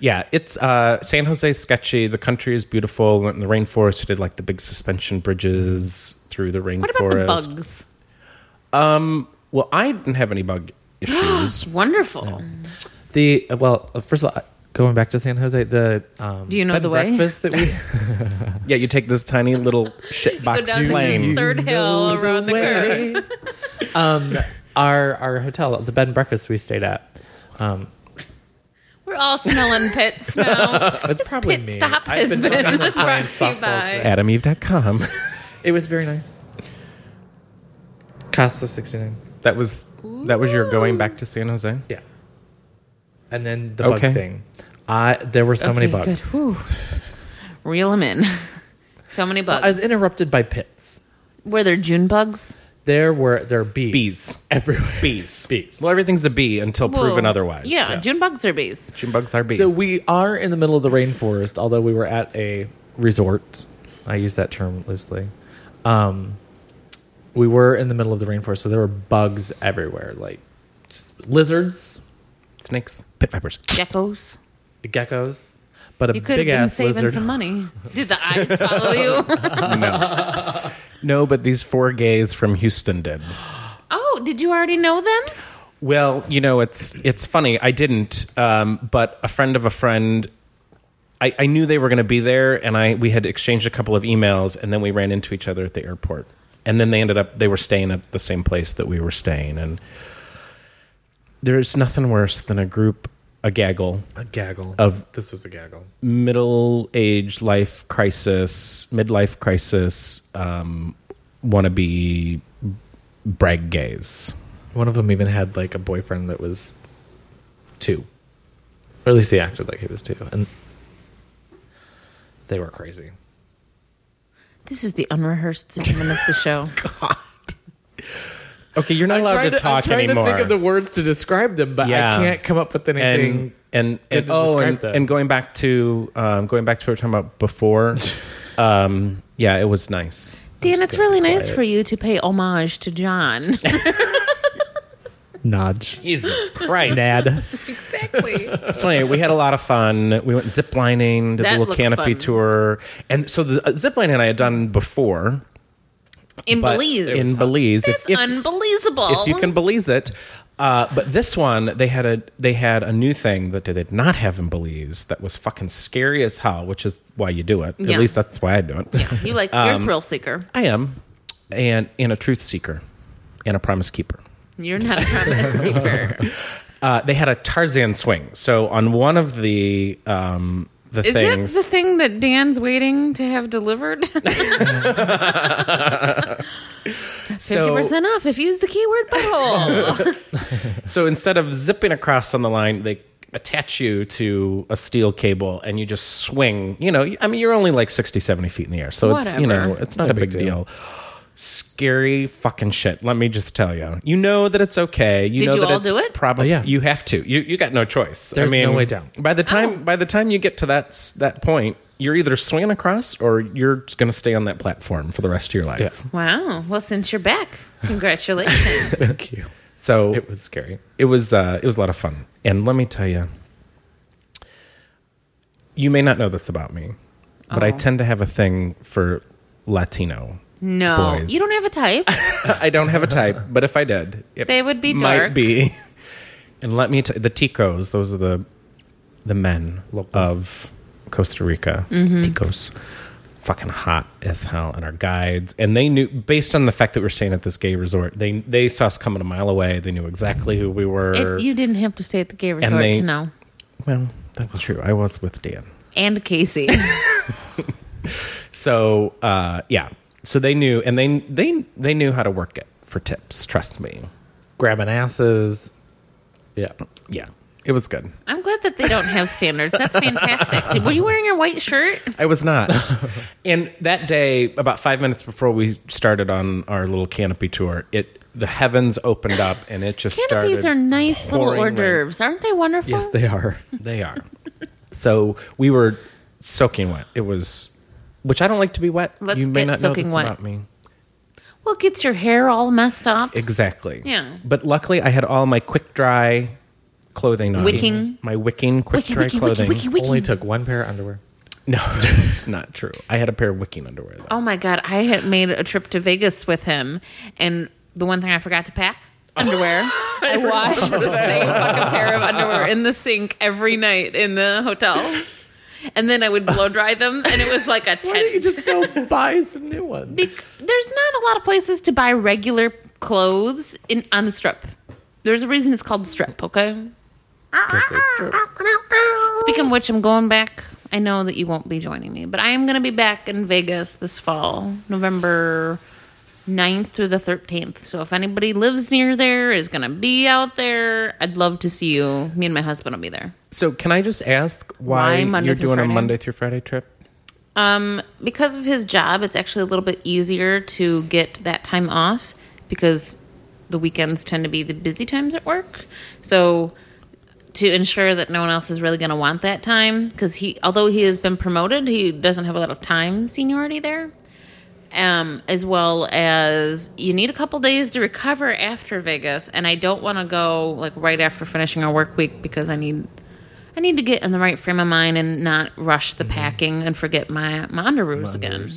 Speaker 2: yeah it's uh san jose's sketchy the country is beautiful went in the rainforest did like the big suspension bridges through the rainforest
Speaker 3: What about the bugs?
Speaker 2: well i didn't have any bug issues
Speaker 3: Wonderful.
Speaker 4: The uh, well, uh, first of all, going back to San Jose, the um,
Speaker 3: Do you know
Speaker 4: bed
Speaker 3: the
Speaker 4: and
Speaker 3: way?
Speaker 4: breakfast that we
Speaker 2: yeah you take this tiny little shit
Speaker 3: Go
Speaker 2: box
Speaker 3: down
Speaker 2: plane
Speaker 3: the third hill
Speaker 4: know the
Speaker 3: around the curve.
Speaker 4: way. um, our our hotel, the bed and breakfast we stayed at. Um,
Speaker 3: We're all smelling pits now.
Speaker 4: it's probably
Speaker 3: pit
Speaker 4: me.
Speaker 3: stop
Speaker 4: I've
Speaker 3: has
Speaker 4: been
Speaker 3: been
Speaker 4: running and
Speaker 3: brought
Speaker 4: playing
Speaker 3: to you
Speaker 4: softball
Speaker 3: by-
Speaker 4: today.
Speaker 2: adameve.com
Speaker 4: It was very nice. Costa sixty nine.
Speaker 2: That was that was your going back to San Jose.
Speaker 4: Yeah. And then the
Speaker 2: Okay.
Speaker 4: bug thing. I there were so many
Speaker 3: Okay, good.
Speaker 4: bugs.
Speaker 3: Whew. Reel them in. So many bugs.
Speaker 4: I was interrupted by pits.
Speaker 3: Were there June bugs?
Speaker 4: There were there are bees,
Speaker 2: Bees.
Speaker 4: everywhere.
Speaker 2: Bees.
Speaker 4: Bees.
Speaker 2: Well, everything's a bee until proven
Speaker 3: Well,
Speaker 2: otherwise.
Speaker 3: Yeah, June bugs are bees.
Speaker 2: June bugs are bees.
Speaker 4: So we are in the middle of the rainforest, although we were at a resort. I use that term loosely. Um, we were in the middle of the rainforest, so there were bugs everywhere, like just lizards,
Speaker 2: snakes, pit vipers.
Speaker 3: Geckos.
Speaker 4: geckos, but a
Speaker 3: You could
Speaker 4: big
Speaker 3: have been
Speaker 4: ass
Speaker 3: saving
Speaker 4: lizard.
Speaker 3: some money. Did the eyes follow you?
Speaker 2: No, but these four gays from Houston did.
Speaker 3: oh, did you already know them?
Speaker 2: Well, you know, it's it's funny. I didn't, um, but a friend of a friend I, I knew they were going to be there, and I we had exchanged a couple of emails, and then we ran into each other at the airport, and then they ended up they were staying at the same place that we were staying, and there's nothing worse than a group, a gaggle
Speaker 4: A gaggle.
Speaker 2: Of-
Speaker 4: this was a gaggle.
Speaker 2: middle age life crisis, midlife crisis, um, wannabe brag gays.
Speaker 4: One of them even had like a boyfriend that was two, or at least he acted like he was two, and they were crazy.
Speaker 3: This is the unrehearsed segment of the show.
Speaker 2: Okay, you're not allowed to, talk
Speaker 4: I'm trying
Speaker 2: anymore.
Speaker 4: to think of the words to describe them, but
Speaker 2: Yeah.
Speaker 4: I can't come up with anything.
Speaker 2: and and,
Speaker 4: good
Speaker 2: and
Speaker 4: to
Speaker 2: oh,
Speaker 4: describe
Speaker 2: and,
Speaker 4: that.
Speaker 2: and going back to um, going back to what we were talking about before. um, yeah, it was nice.
Speaker 3: Dan, it's really nice for you to pay homage to John.
Speaker 4: Nodge.
Speaker 2: Jesus Christ!
Speaker 4: Nad.
Speaker 3: exactly.
Speaker 2: so anyway, we had a lot of fun. We went ziplining, did
Speaker 3: That
Speaker 2: a little
Speaker 3: looks
Speaker 2: canopy
Speaker 3: fun.
Speaker 2: tour, and so the uh, ziplining I had done before,
Speaker 3: In
Speaker 2: but
Speaker 3: Belize.
Speaker 2: in Belize, if-
Speaker 3: That's
Speaker 2: if-
Speaker 3: unbelievable.
Speaker 2: if you can Belize it. Uh, but this one, they had a they had a new thing that they did not have in Belize that was fucking scary as hell, which is why you do it.
Speaker 3: Yeah.
Speaker 2: At least that's why I do it.
Speaker 3: yeah, you like
Speaker 2: Um,
Speaker 3: you're a thrill seeker.
Speaker 2: I am, and and a truth seeker, and a promise keeper.
Speaker 3: You're not a promise keeper.
Speaker 2: Uh, they had a Tarzan swing. So on one of the um, the
Speaker 3: Is
Speaker 2: things,
Speaker 3: it the thing that Dan's waiting to have delivered? Fifty
Speaker 2: so
Speaker 3: percent off if you use the keyword butthole.
Speaker 2: so instead of zipping across on the line, they attach you to a steel cable and you just swing you know i mean you're only like 60 70 feet in the air so it's you
Speaker 3: Whatever.
Speaker 2: know it's not a big deal. scary fucking shit let me just tell you you know that it's okay you
Speaker 3: Did
Speaker 2: know
Speaker 3: you
Speaker 2: that
Speaker 3: all
Speaker 2: it's
Speaker 3: do it?
Speaker 2: probably
Speaker 4: Oh, yeah.
Speaker 2: you have to you you got no choice
Speaker 4: There's
Speaker 2: i mean
Speaker 4: no way down.
Speaker 2: by the time
Speaker 3: Oh.
Speaker 2: by the time you get to that s- that point you're either swinging across or you're going to stay on that platform for the rest of your life
Speaker 4: Yeah.
Speaker 3: wow. Well, since you're back, congratulations.
Speaker 4: Thank you.
Speaker 2: so
Speaker 4: It was scary.
Speaker 2: it was uh, it was a lot of fun. And let me tell you, you may not know this about me, but I
Speaker 3: Oh.
Speaker 2: tend to have a thing for Latino.
Speaker 3: No,
Speaker 2: Boys.
Speaker 3: you don't have a type.
Speaker 2: I don't have a type, but if I did, it
Speaker 3: They would be dark.
Speaker 2: Might be. And let me t- the ticos; those are the the men
Speaker 4: Locals.
Speaker 2: of Costa Rica.
Speaker 3: Mm-hmm.
Speaker 2: Ticos, fucking hot as hell, and our guides. And they knew based on the fact that we were staying at this gay resort. They they saw us coming a mile away. They knew exactly who we were.
Speaker 3: It, you didn't have to stay at the gay resort
Speaker 2: they-
Speaker 3: to know.
Speaker 2: Well, that's true. I was with Dan.
Speaker 3: And Casey.
Speaker 2: So uh, yeah, so they knew, and they they they knew how to work it for tips. Trust me.
Speaker 4: Grabbing asses. Yeah.
Speaker 2: Yeah, it was good.
Speaker 3: I'm glad that they don't have standards. That's fantastic. Did- Were you wearing your white shirt?
Speaker 2: I was not. and that day, about five minutes before we started on our little canopy tour, it the heavens opened up, and it just
Speaker 3: Canopies
Speaker 2: started.
Speaker 3: are nice little
Speaker 2: pouring
Speaker 3: hors
Speaker 2: rain.
Speaker 3: d'oeuvres. Aren't they wonderful?
Speaker 4: Yes, they are.
Speaker 2: They are. so we were soaking wet. It was, which I don't like to be wet.
Speaker 3: Let's
Speaker 2: you may
Speaker 3: get
Speaker 2: not
Speaker 3: soaking
Speaker 2: know this
Speaker 3: wet.
Speaker 2: about me.
Speaker 3: well, it gets your hair all messed up.
Speaker 2: Exactly.
Speaker 3: Yeah.
Speaker 2: But luckily, I had all my quick dry clothing on.
Speaker 3: Wicking.
Speaker 2: My wicking quick
Speaker 3: Wiki,
Speaker 2: dry
Speaker 3: wiki, wiki,
Speaker 2: clothing.
Speaker 3: wiki, wiki.
Speaker 4: Only took one pair of underwear.
Speaker 2: No, that's not true. I had a pair of wicking underwear. Though.
Speaker 3: Oh my God. I had made a trip to Vegas with him. And the one thing I forgot to pack underwear. I washed the same fucking pair of underwear in the sink every night in the hotel. And then I would blow dry them. And it was like a tent.
Speaker 4: go buy some new ones?
Speaker 3: Bec- there's not a lot of places to buy regular clothes in on the strip. There's a reason it's called the strip, okay? Speaking of which, I'm going back. I know that you won't be joining me, but I am going to be back in Vegas this fall, November 9th through the 13th. So if anybody lives near there, is going to be out there, I'd love to see you. Me and my husband will be there.
Speaker 2: So can I just ask why,
Speaker 3: Why Monday
Speaker 2: you're
Speaker 3: through
Speaker 2: doing
Speaker 3: Friday?
Speaker 2: a Monday through Friday trip?
Speaker 3: Um, because of his job, it's actually a little bit easier to get that time off because the weekends tend to be the busy times at work. So to ensure that no one else is really going to want that time, because he, although he has been promoted, he doesn't have a lot of time seniority there. Um, as well as you need a couple days to recover after Vegas, and I don't want to go like right after finishing our work week because I need I need to get in the right frame of mind and not rush the packing and forget my Mm-hmm. my underoos again.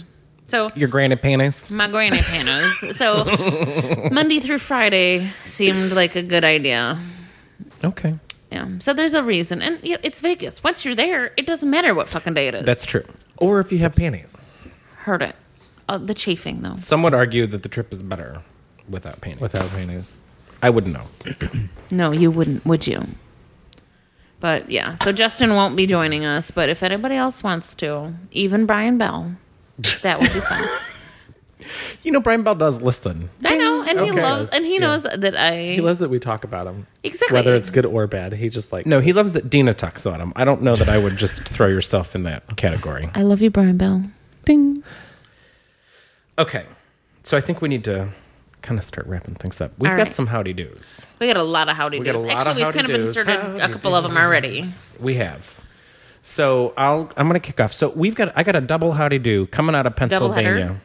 Speaker 3: So
Speaker 2: Your granny panties.
Speaker 3: my granny panties. so Monday through Friday seemed like a good idea.
Speaker 2: Okay.
Speaker 3: Yeah. So there's a reason, and you know, it's Vegas. Once you're there, it doesn't matter what fucking day it is.
Speaker 2: That's true.
Speaker 4: Or if you have panties
Speaker 3: heard it. Uh, the chafing though.
Speaker 2: Some would argue that the trip is better without panties.
Speaker 4: without panties.
Speaker 2: I wouldn't know.
Speaker 3: No, you wouldn't, would you? But yeah, so Justin won't be joining us. But if anybody else wants to, even Brian Bell, that would be fun.
Speaker 2: You know, Brian Bell does listen.
Speaker 3: I know, and he
Speaker 2: Okay.
Speaker 3: loves, and he
Speaker 4: Yeah.
Speaker 3: knows that I
Speaker 4: He loves that we talk about them.
Speaker 3: Exactly.
Speaker 4: Whether it's good or bad. He just like,
Speaker 2: No, he loves that Dina talks on him. I don't know that I would just throw yourself in that category.
Speaker 3: I love you, Brian Bell.
Speaker 2: Ding. Okay. So I think we need to kind of start wrapping things up. We've
Speaker 3: All
Speaker 2: got
Speaker 3: right.
Speaker 2: some howdy doos.
Speaker 3: We got a lot of howdy
Speaker 2: We
Speaker 3: do's.
Speaker 2: got a lot of
Speaker 3: Actually, we've
Speaker 2: howdy
Speaker 3: kind of
Speaker 2: do's.
Speaker 3: inserted a couple of them already.
Speaker 2: We have. So I'll I'm gonna kick off. So we've got I got a double howdy do coming out of Pennsylvania.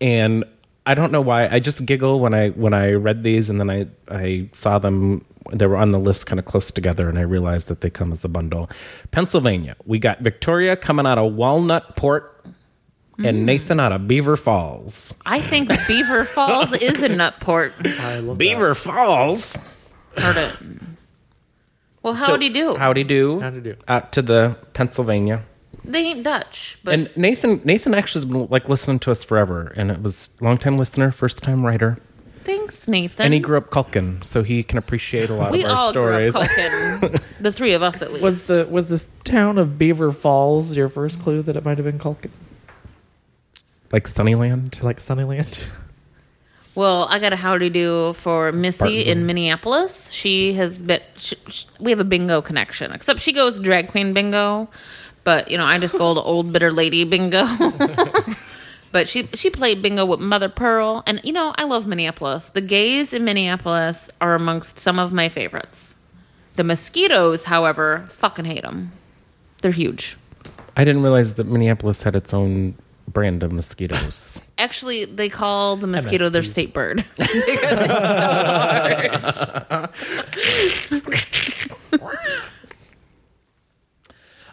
Speaker 2: And I don't know why. I just giggle when I when I read these and then I, I saw them they were on the list kind of close together and I realized that they come as the bundle. Pennsylvania. We got Victoria coming out of Walnut Port
Speaker 3: Mm-hmm.
Speaker 2: and Nathan out of Beaver Falls.
Speaker 3: I think Beaver Falls is in Nuttport.
Speaker 4: I love
Speaker 2: Beaver Falls.
Speaker 3: Heard it. Well,
Speaker 2: So,
Speaker 3: howdy do.
Speaker 2: Howdy do.
Speaker 4: Howdy do.
Speaker 2: Out to the Pennsylvania.
Speaker 3: They ain't Dutch, but
Speaker 2: and Nathan Nathan actually has been like listening to us forever, and it was long time listener, first time writer,
Speaker 3: thanks, Nathan.
Speaker 2: and he grew up Culkin, so he can appreciate a lot
Speaker 3: we
Speaker 2: of our
Speaker 3: all
Speaker 2: stories.
Speaker 3: grew up Culkin. the three of us at least.
Speaker 4: Was the was this town of Beaver Falls your first clue that it might have been Culkin?
Speaker 2: like Sunnyland.
Speaker 4: Like Sunnyland?
Speaker 3: Well, I got a howdy do for Missy
Speaker 2: Barton.
Speaker 3: in Minneapolis. She has been. Sh sh we have a bingo connection, except she goes drag queen bingo, but you know I just go to old bitter lady bingo. but she she played bingo with Mother Pearl, and you know I love Minneapolis. The gays in Minneapolis are amongst some of my favorites. The mosquitoes, however, fucking hate them. They're huge.
Speaker 2: I didn't realize that Minneapolis had its own brand of mosquitoes.
Speaker 3: Actually, they call the mosquito their state bird.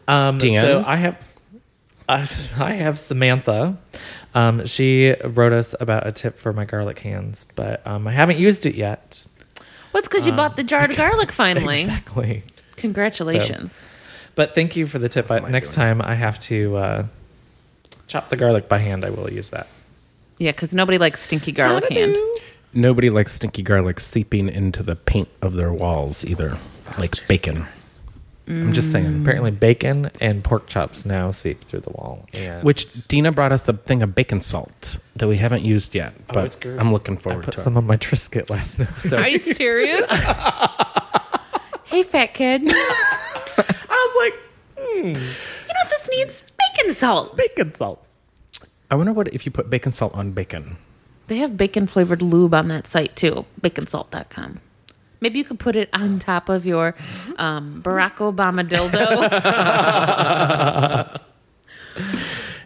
Speaker 4: Um,
Speaker 2: Dan?
Speaker 4: So I have, I, I have Samantha. Um, she wrote us about a tip for my garlic hands, but um, I haven't used it yet.
Speaker 3: What's because you bought the jarred garlic finally?
Speaker 4: Exactly.
Speaker 3: Congratulations. But
Speaker 4: But thank you for the tip. I, next time I have to uh, chop the garlic by hand, I will use that.
Speaker 3: yeah, because nobody likes stinky garlic hand.
Speaker 2: Nobody likes stinky garlic seeping into the paint of their walls either, like bacon. I'm just
Speaker 3: Mm.
Speaker 2: saying.
Speaker 4: Apparently, bacon and pork chops now seep through the wall. And
Speaker 2: Which Dina brought us the thing of bacon salt that we haven't used yet,
Speaker 4: Oh, it's
Speaker 2: but
Speaker 4: good.
Speaker 2: I'm looking
Speaker 4: I
Speaker 2: forward
Speaker 4: put
Speaker 2: to. it.
Speaker 4: some on my Triscuit last night. So
Speaker 3: Are
Speaker 4: I
Speaker 3: you serious? hey, fat kid. You know
Speaker 4: was
Speaker 3: what this needs? Bacon salt.
Speaker 4: like, bacon salt.
Speaker 2: I wonder what if you put bacon salt on bacon.
Speaker 3: They have bacon flavored lube on that site too, baconsalt.com. Maybe you could put it on top of your um, Barack Obama dildo.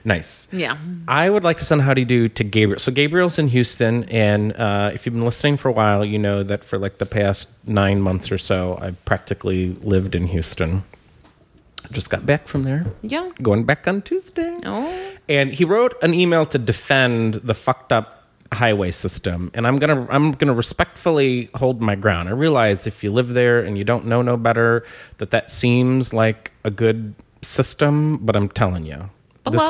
Speaker 2: Nice.
Speaker 3: yeah.
Speaker 2: I would like to send howdy do to Gabriel. So Gabriel's in Houston, and uh, if you've been listening for a while, you know that for like the past nine months or so, I practically lived in Houston. Just got back from there.
Speaker 3: Yeah.
Speaker 2: Going back on Tuesday.
Speaker 3: Oh.
Speaker 2: And he wrote an email to defend the fucked up highway system. And I'm gonna I'm gonna respectfully hold my ground. I realize if you live there and you don't know no better, that that seems like a good system. But I'm telling you, this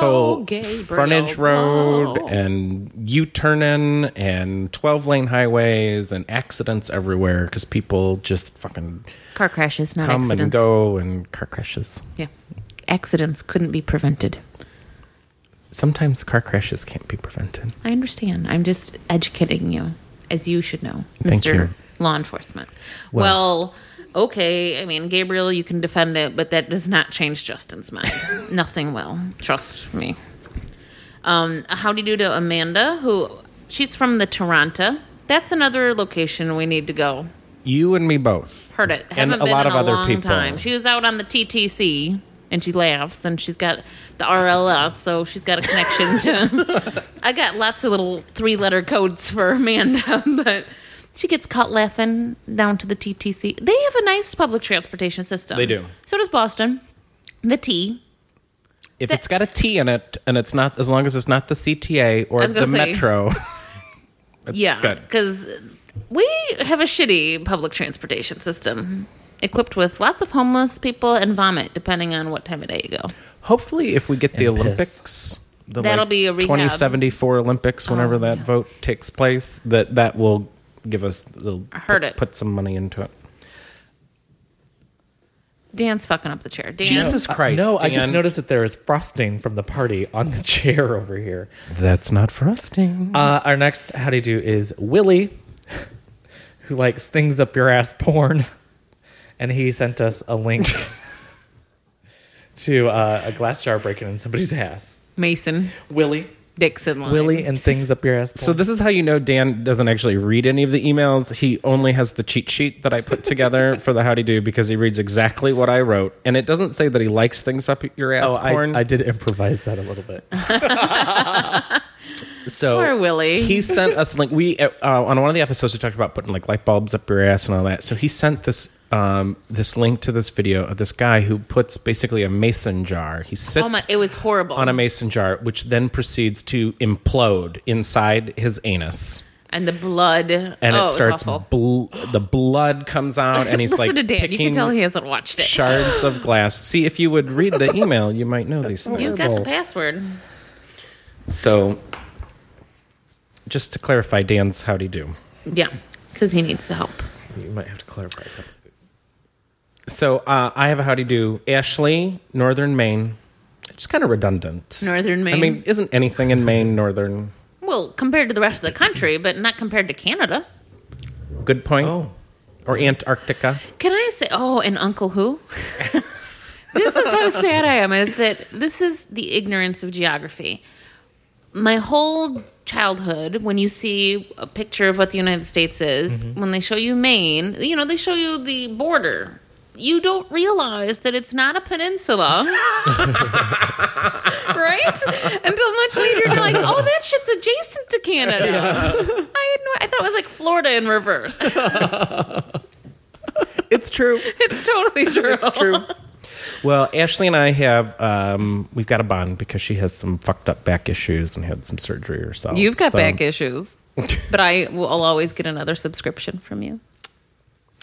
Speaker 3: Hello,
Speaker 2: whole
Speaker 3: Gabriel.
Speaker 2: frontage road
Speaker 3: Oh.
Speaker 2: and U-turning and 12 lane highways and accidents everywhere because people just fucking
Speaker 3: Car crashes, not
Speaker 2: come
Speaker 3: accidents.
Speaker 2: and go and car crashes.
Speaker 3: Yeah. Accidents couldn't be prevented.
Speaker 2: Sometimes car crashes can't be prevented.
Speaker 3: I understand. I'm just educating you, as you should know,
Speaker 2: Thank
Speaker 3: Mr.
Speaker 2: you.
Speaker 3: Law Enforcement. Well,
Speaker 2: Well-
Speaker 3: okay. I mean, Gabriel, you can defend it, but that does not change Justin's mind. Nothing will. Trust me. Um, howdy do to Amanda, who she's from the Toronto. That's another location we need to go.
Speaker 2: You and me both.
Speaker 3: Heard it.
Speaker 2: And
Speaker 3: Haven't
Speaker 2: a
Speaker 3: been
Speaker 2: lot
Speaker 3: in
Speaker 2: of
Speaker 3: a
Speaker 2: other
Speaker 3: long
Speaker 2: people.
Speaker 3: time. She was out on the TTC and she laughs and she's got the RLS, so she's got a connection to. I got lots of little three letter codes for Amanda, but she gets caught laughing down to the TTC. They have a nice public transportation system.
Speaker 2: They do.
Speaker 3: So does Boston. The T.
Speaker 2: If
Speaker 3: Th-
Speaker 2: it's got a T in it, and it's not as long as it's not the CTA or
Speaker 3: was
Speaker 2: the
Speaker 3: gonna say-
Speaker 2: Metro, it's
Speaker 3: Yeah.
Speaker 2: good.
Speaker 3: Because we have a shitty public transportation system. equipped with lots of homeless people and vomit, depending on what time of day you go.
Speaker 2: Hopefully, if we get the
Speaker 4: And piss.
Speaker 2: Olympics, the
Speaker 3: That'll be a rehab. Oh,
Speaker 2: 2074 Olympics, whenever that
Speaker 3: yeah.
Speaker 2: vote takes place, that that will give us. They'll
Speaker 3: I heard
Speaker 2: put,
Speaker 3: it.
Speaker 2: put some money into it.
Speaker 3: Dan's fucking up the chair. Dan,
Speaker 2: Jesus Christ!
Speaker 4: Uh, no, I just
Speaker 2: Dan.
Speaker 4: noticed that there is frosting from the party on the chair over here.
Speaker 2: that's not frosting.
Speaker 4: Uh, our next how do you do is Willie, who likes things up your ass porn, and he sent us a link to uh, a glass jar breaking in somebody's ass.
Speaker 3: Mason,
Speaker 4: Willie,
Speaker 3: Dixon, line.
Speaker 4: Willie, and things up your ass. Porn.
Speaker 2: So this is how you know Dan doesn't actually read any of the emails. He only has the cheat sheet that I put together for the howdy do because he reads exactly what I wrote, and it doesn't say that he likes things up your ass
Speaker 4: oh,
Speaker 2: porn.
Speaker 4: I, I did improvise that a little bit.
Speaker 2: So
Speaker 3: Poor Willie.
Speaker 2: He sent us like we uh, on one of the episodes we talked about putting like light bulbs up your ass and all that. So he sent this um, this link to this video of this guy who puts basically a mason jar. He sits
Speaker 3: Oh my, it was horrible.
Speaker 2: on a mason jar, which then proceeds to implode inside his anus,
Speaker 3: and the blood.
Speaker 2: and
Speaker 3: oh,
Speaker 2: it
Speaker 3: was
Speaker 2: starts
Speaker 3: awful.
Speaker 2: bl- the blood comes out, and he's
Speaker 3: Listen
Speaker 2: like
Speaker 3: to Dan. You
Speaker 2: picking
Speaker 3: can tell he hasn't watched it.
Speaker 2: shards of glass. See if you would read the email, you might know these things.
Speaker 3: you got the password.
Speaker 2: so, just to clarify, Dan's howdy do.
Speaker 3: Yeah, because he needs the help.
Speaker 4: you might have to clarify. that.
Speaker 2: So uh, I have a howdy do. Ashley, Northern Maine. It's kind of redundant.
Speaker 3: Northern Maine.
Speaker 2: I mean, isn't anything in Maine Northern?
Speaker 3: well, compared to the rest of the country, but not compared to Canada.
Speaker 2: Good point.
Speaker 4: Oh.
Speaker 2: Or Antarctica.
Speaker 3: Can I say? Oh, and Uncle Who? this is how sad I am. Is that this is the ignorance of geography? My whole childhood, when you see a picture of what the United States is, when they show you Maine, you know they show you the border. You don't realize that it's not a peninsula, right? Until much later, you're like, "Oh, that shit's adjacent to Canada." I had no. I thought it was like Florida in reverse.
Speaker 2: It's true.
Speaker 3: It's totally true.
Speaker 2: It's true. Well, Ashley and I have um, we've got a bond because she has some fucked up back issues and had some surgery herself.
Speaker 3: You've got
Speaker 2: So-
Speaker 3: back issues, but I will I'll always get another subscription from you.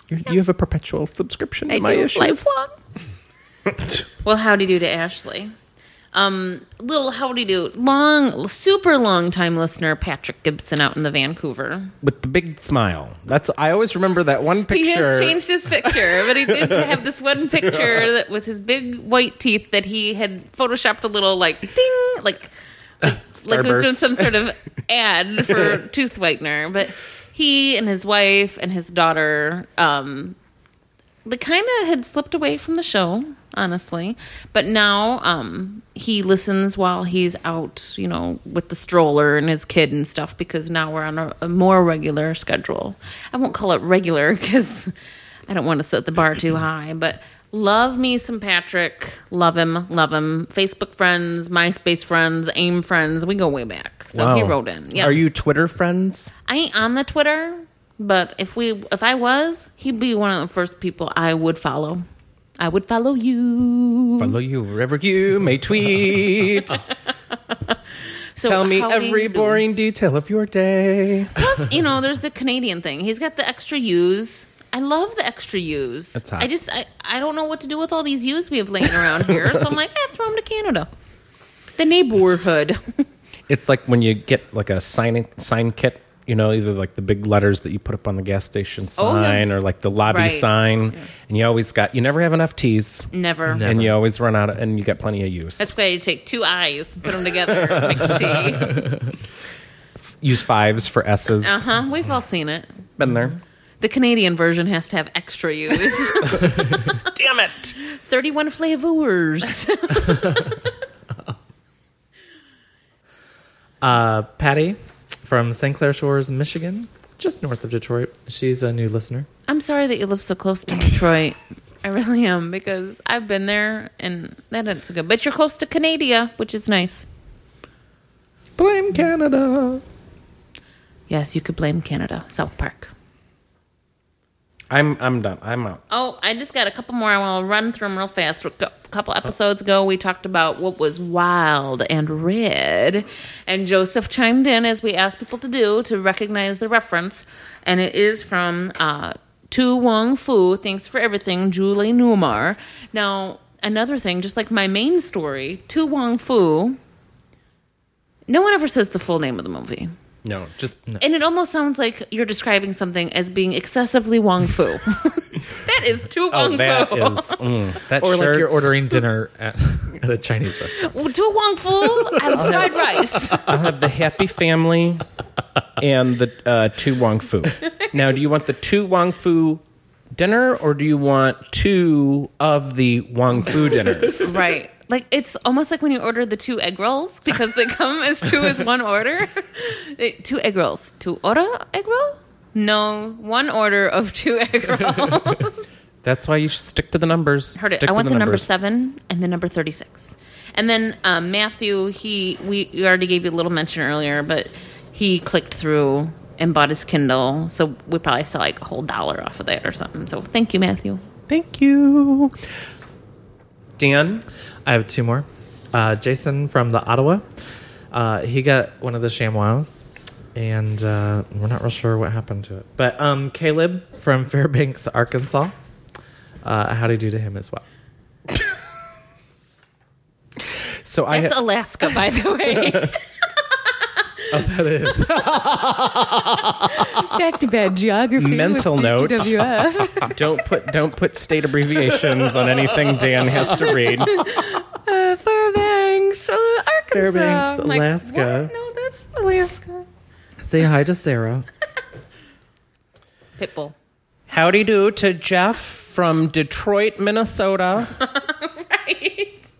Speaker 2: You you have a perpetual subscription to
Speaker 3: I
Speaker 2: my
Speaker 3: do
Speaker 2: issues.
Speaker 3: lifelong. well, howdy do to Ashley. Um, little howdy do, long, super long time listener Patrick Gibson out in the Vancouver.
Speaker 2: With the big smile. That's I always remember that one picture.
Speaker 3: He has changed his picture, but he did have this one picture that with his big white teeth that he had photoshopped a little like ding, like like he was doing
Speaker 2: Starburst.
Speaker 3: some sort of ad for tooth whitener. But he and his wife and his daughter, um, they kind of had slipped away from the show, honestly. But now um, he listens while he's out, you know, with the stroller and his kid and stuff. Because now we're on a, a more regular schedule. I won't call it regular because I don't want to set the bar too high, but. Love me some Patrick. Love him. Love him. Facebook friends, MySpace friends, AIM friends. We go way back. So he
Speaker 2: Wow.
Speaker 3: wrote in. Yeah.
Speaker 2: Oh. Are you Twitter friends?
Speaker 3: I ain't on the Twitter, but if we if I was, he'd be one of the first people I would follow. I would follow you.
Speaker 2: Follow you wherever you may tweet.
Speaker 3: So
Speaker 2: Tell me
Speaker 3: how do
Speaker 2: every
Speaker 3: you do?
Speaker 2: boring detail of your day.
Speaker 3: Plus, you know, there's the Canadian thing. He's got the extra U's. I love the extra U's.
Speaker 2: That's hot.
Speaker 3: I just I, I don't know what to do with all these U's we have laying around here. So I'm like, eh, throw them to Canada. The neighborhood.
Speaker 2: It's like when you get like a sign sign kit, you know, either like the big letters that you put up on the gas station
Speaker 3: Oh, yeah.
Speaker 2: sign or like the lobby
Speaker 3: Right.
Speaker 2: sign, and you always got you never have enough T's,
Speaker 3: Never.
Speaker 2: and you always run out, of, and you got plenty of use.
Speaker 3: That's why you take two I's, put them together, make the tea.
Speaker 2: use fives for S's.
Speaker 3: Uh huh. We've all seen it.
Speaker 2: Been there.
Speaker 3: The Canadian version has to have extra U's.
Speaker 2: Damn it!
Speaker 3: 31 flavors.
Speaker 4: Uh, Patty from St. Clair Shores, Michigan, just north of Detroit. She's a new listener.
Speaker 3: I'm sorry that you live so close to Detroit. I really am because I've been there and that isn't so good. But you're close to Canada, which is nice.
Speaker 4: Blame Canada.
Speaker 3: Yes, you could blame Canada, South Park.
Speaker 2: I'm I'm done. I'm out.
Speaker 3: Oh, I just got a couple more. I want to run through them real fast. A couple episodes ago, we talked about what was wild and red, and Joseph chimed in as we asked people to do to recognize the reference, and it is from uh, Tu Wong Fu, thanks for everything, Julie Newmar. Now, another thing, just like my main story, Tu Wong Fu, no one ever says the full name of the movie.
Speaker 2: No, just
Speaker 3: And it almost sounds like you're describing something as being excessively Wong Fu. that is Tu Wong
Speaker 4: Oh, that
Speaker 3: Fu.
Speaker 4: is.
Speaker 2: mm, that
Speaker 4: Or like
Speaker 2: shirt-
Speaker 4: you're ordering dinner at, at a Chinese restaurant.
Speaker 3: Well, Tu Wong Fu
Speaker 4: Oh,
Speaker 3: and fried rice.
Speaker 2: I'll have the happy family and the uh, two wong fu. Now, do you want the two wong fu dinner or do you want two of the wong fu dinners?
Speaker 3: Right. Like it's almost like when you order the two egg rolls because they come as two as one order. Eh, two egg rolls. Two order egg roll? No, one order of two egg rolls.
Speaker 2: That's why you should stick to the numbers.
Speaker 3: Heard
Speaker 2: stick
Speaker 3: it. I
Speaker 2: to
Speaker 3: want the, number seven and the number thirty-six. And then um, Matthew, he we, we already gave you a little mention earlier, but he clicked through and bought his Kindle, so we probably saw like a whole dollar off of that or something. So thank you, Matthew.
Speaker 2: Thank you. Dan,
Speaker 4: I have two more. Uh, Jason from the Ottawa. Uh, he got one of the ShamWows, and uh, we're not real sure what happened to it. But um, Caleb from Fairbanks, Arkansas. Uh, howdy do to him as well.
Speaker 2: so I
Speaker 3: That's
Speaker 2: ha-
Speaker 3: Alaska, by the way.
Speaker 4: Oh, that is.
Speaker 5: Back to bad geography. with
Speaker 2: Mental note.
Speaker 5: DTWF.
Speaker 2: don't put don't put state abbreviations on anything Dan has to read.
Speaker 5: Uh, Fairbanks, uh, Arkansas.
Speaker 4: Fairbanks,
Speaker 5: I'm like,
Speaker 4: Alaska.
Speaker 5: what? No, that's Alaska.
Speaker 4: Say hi to Sarah.
Speaker 3: Pitbull.
Speaker 2: Howdy do to Jeff from Detroit, Minnesota.
Speaker 3: Right.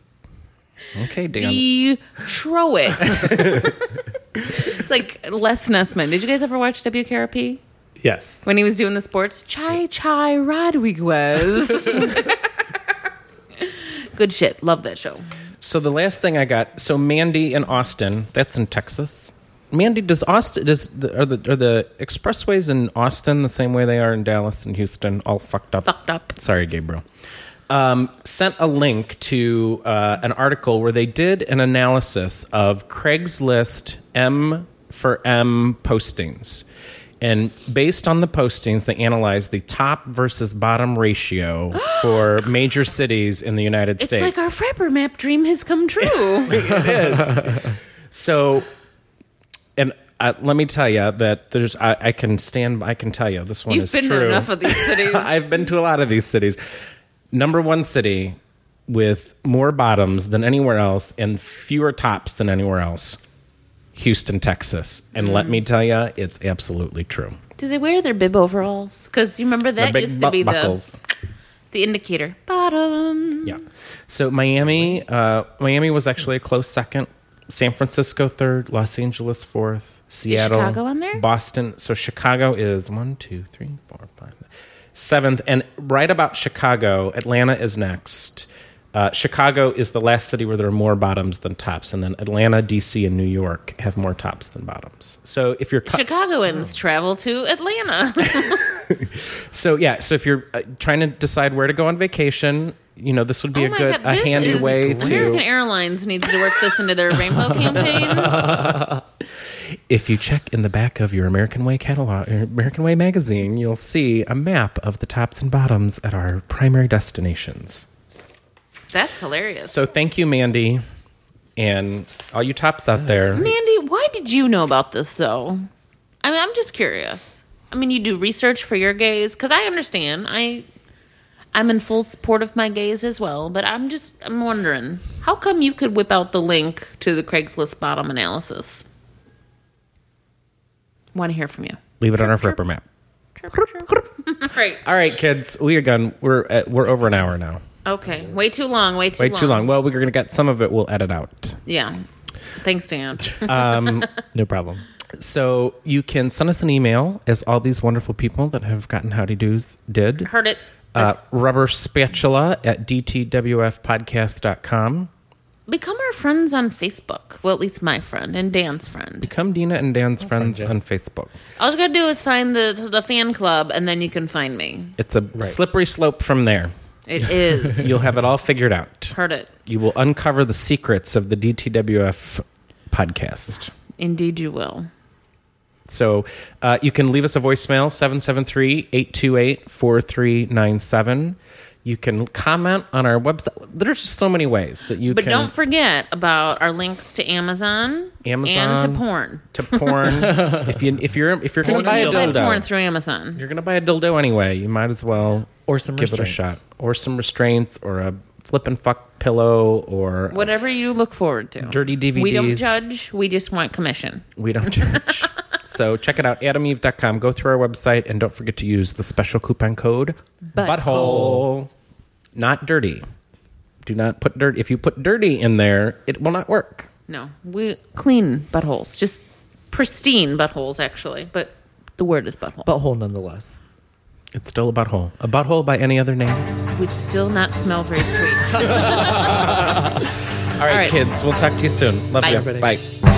Speaker 2: Okay, Dan.
Speaker 3: Detroit. it's like Les Nussman. Did you guys ever watch WKRP
Speaker 4: Yes.
Speaker 3: when he was doing the sports? Chai Chai Rodriguez. Good shit. Love that show.
Speaker 2: So the last thing I got. So Mandy in Austin. That's in Texas. Mandy, does Austin does the, are the are the expressways in Austin the same way they are in Dallas and Houston? All fucked up.
Speaker 3: Fucked up.
Speaker 2: Sorry, Gabriel. Um, sent a link to uh, an article where they did an analysis of Craigslist M for M postings. And based on the postings, they analyzed the top versus bottom ratio for major cities in the United
Speaker 3: It's
Speaker 2: States.
Speaker 3: like our Frapper map dream has come true.
Speaker 2: So, and uh, let me tell you that there's I, I can stand I can tell you this one
Speaker 3: You've
Speaker 2: is
Speaker 3: been
Speaker 2: true.
Speaker 3: to enough of these cities.
Speaker 2: I've been to a lot of these cities. Number one city with more bottoms than anywhere else and fewer tops than anywhere else, Houston, Texas. And
Speaker 3: Mm.
Speaker 2: let me tell you, it's absolutely true.
Speaker 3: Do they wear their bib overalls? Because you remember that
Speaker 2: big
Speaker 3: used
Speaker 2: bu-
Speaker 3: to be
Speaker 2: buckles.
Speaker 3: the the indicator. Bottom.
Speaker 2: Yeah. So Miami, uh, Miami was actually a close second. San Francisco third. Los Angeles fourth. Seattle.
Speaker 3: Chicago on there?
Speaker 2: Boston. So Chicago is one, two, three, four, five, seventh, and right about Chicago, Atlanta is next. Uh, Chicago is the last city where there are more bottoms than tops, and then Atlanta, DC, and New York have more tops than bottoms. So if you're cut, Oh.
Speaker 3: Chicagoans travel to Atlanta.
Speaker 2: so yeah, so if you're uh, trying to decide where to go on vacation, you know this would be a good, a
Speaker 3: Oh this
Speaker 2: handy
Speaker 3: is-
Speaker 2: way to.
Speaker 3: American Airlines needs to work this into their rainbow campaign.
Speaker 2: If you check in the back of your American Way catalog, or American Way magazine, you'll see a map of the tops and bottoms at our primary destinations.
Speaker 3: That's hilarious.
Speaker 2: So thank you, Mandy, and all you tops out there.
Speaker 3: Mandy, why did you know about this though? I mean, I'm just curious. I mean, you do research for your gays because I understand. I I'm in full support of my gays as well, but I'm just I'm wondering how come you could whip out the link to the Craigslist bottom analysis. Want to hear from you?
Speaker 2: Leave it on our flipper map.
Speaker 3: Right.
Speaker 2: All right, kids, we are gone. We're at, we're over an hour now.
Speaker 3: Okay. Way too long. Way too
Speaker 2: Way
Speaker 3: long.
Speaker 2: too long. Well, we're gonna get some of it. We'll edit out.
Speaker 3: Yeah. Thanks, Dan.
Speaker 4: No problem.
Speaker 2: So you can send us an email, as all these wonderful people that have gotten howdy doos did.
Speaker 3: Heard it.
Speaker 2: Uh,
Speaker 3: That's
Speaker 2: rubber spatula at dtwfpodcast.com.
Speaker 3: Become our friends on Facebook. Well, at least my friend and Dan's friend.
Speaker 2: Become Dina and Dan's friends on Facebook.
Speaker 3: All you gotta do is find the the fan club, and then you can find me.
Speaker 2: It's a slippery slope from there.
Speaker 3: It is
Speaker 2: You'll have it all figured out.
Speaker 3: heard it.
Speaker 2: You will uncover the secrets of the DTWF podcast.
Speaker 3: Indeed, you will.
Speaker 2: So uh, you can leave us a voicemail, 773 828 4397. You can comment on our website. There's just so many ways that you
Speaker 3: But
Speaker 2: can.
Speaker 3: don't forget about our links to Amazon, and
Speaker 2: Amazon.
Speaker 3: to porn.
Speaker 2: to porn. if you if you're if you're
Speaker 3: Because
Speaker 2: gonna
Speaker 3: you
Speaker 2: buy a
Speaker 3: can buy porn
Speaker 2: dildo,
Speaker 3: through Amazon.
Speaker 2: you're gonna buy a dildo anyway. You might as well
Speaker 4: Or some
Speaker 2: give it a
Speaker 4: restraints.
Speaker 2: shot, or some restraints, or a flip and fuck pillow, or
Speaker 3: Whatever you look forward to.
Speaker 2: Dirty
Speaker 3: We don't
Speaker 2: DVDs.
Speaker 3: judge. We just want commission.
Speaker 2: we don't judge. so check it out, AdamEve.com. Go through our website and don't forget to use the special coupon code
Speaker 3: Butthole.
Speaker 2: butthole, not dirty. Do not put dirt. If you put dirty in there, it will not work.
Speaker 3: No, we clean buttholes. Just pristine buttholes, actually. But the word is butthole.
Speaker 4: Butthole nonetheless.
Speaker 2: It's still a butthole. A butthole by any other name.
Speaker 3: would still not smell very sweet.
Speaker 2: All right,
Speaker 3: right.
Speaker 2: kids. We'll talk to you soon. Love
Speaker 3: Bye.
Speaker 2: you.
Speaker 4: Everybody.
Speaker 2: Bye.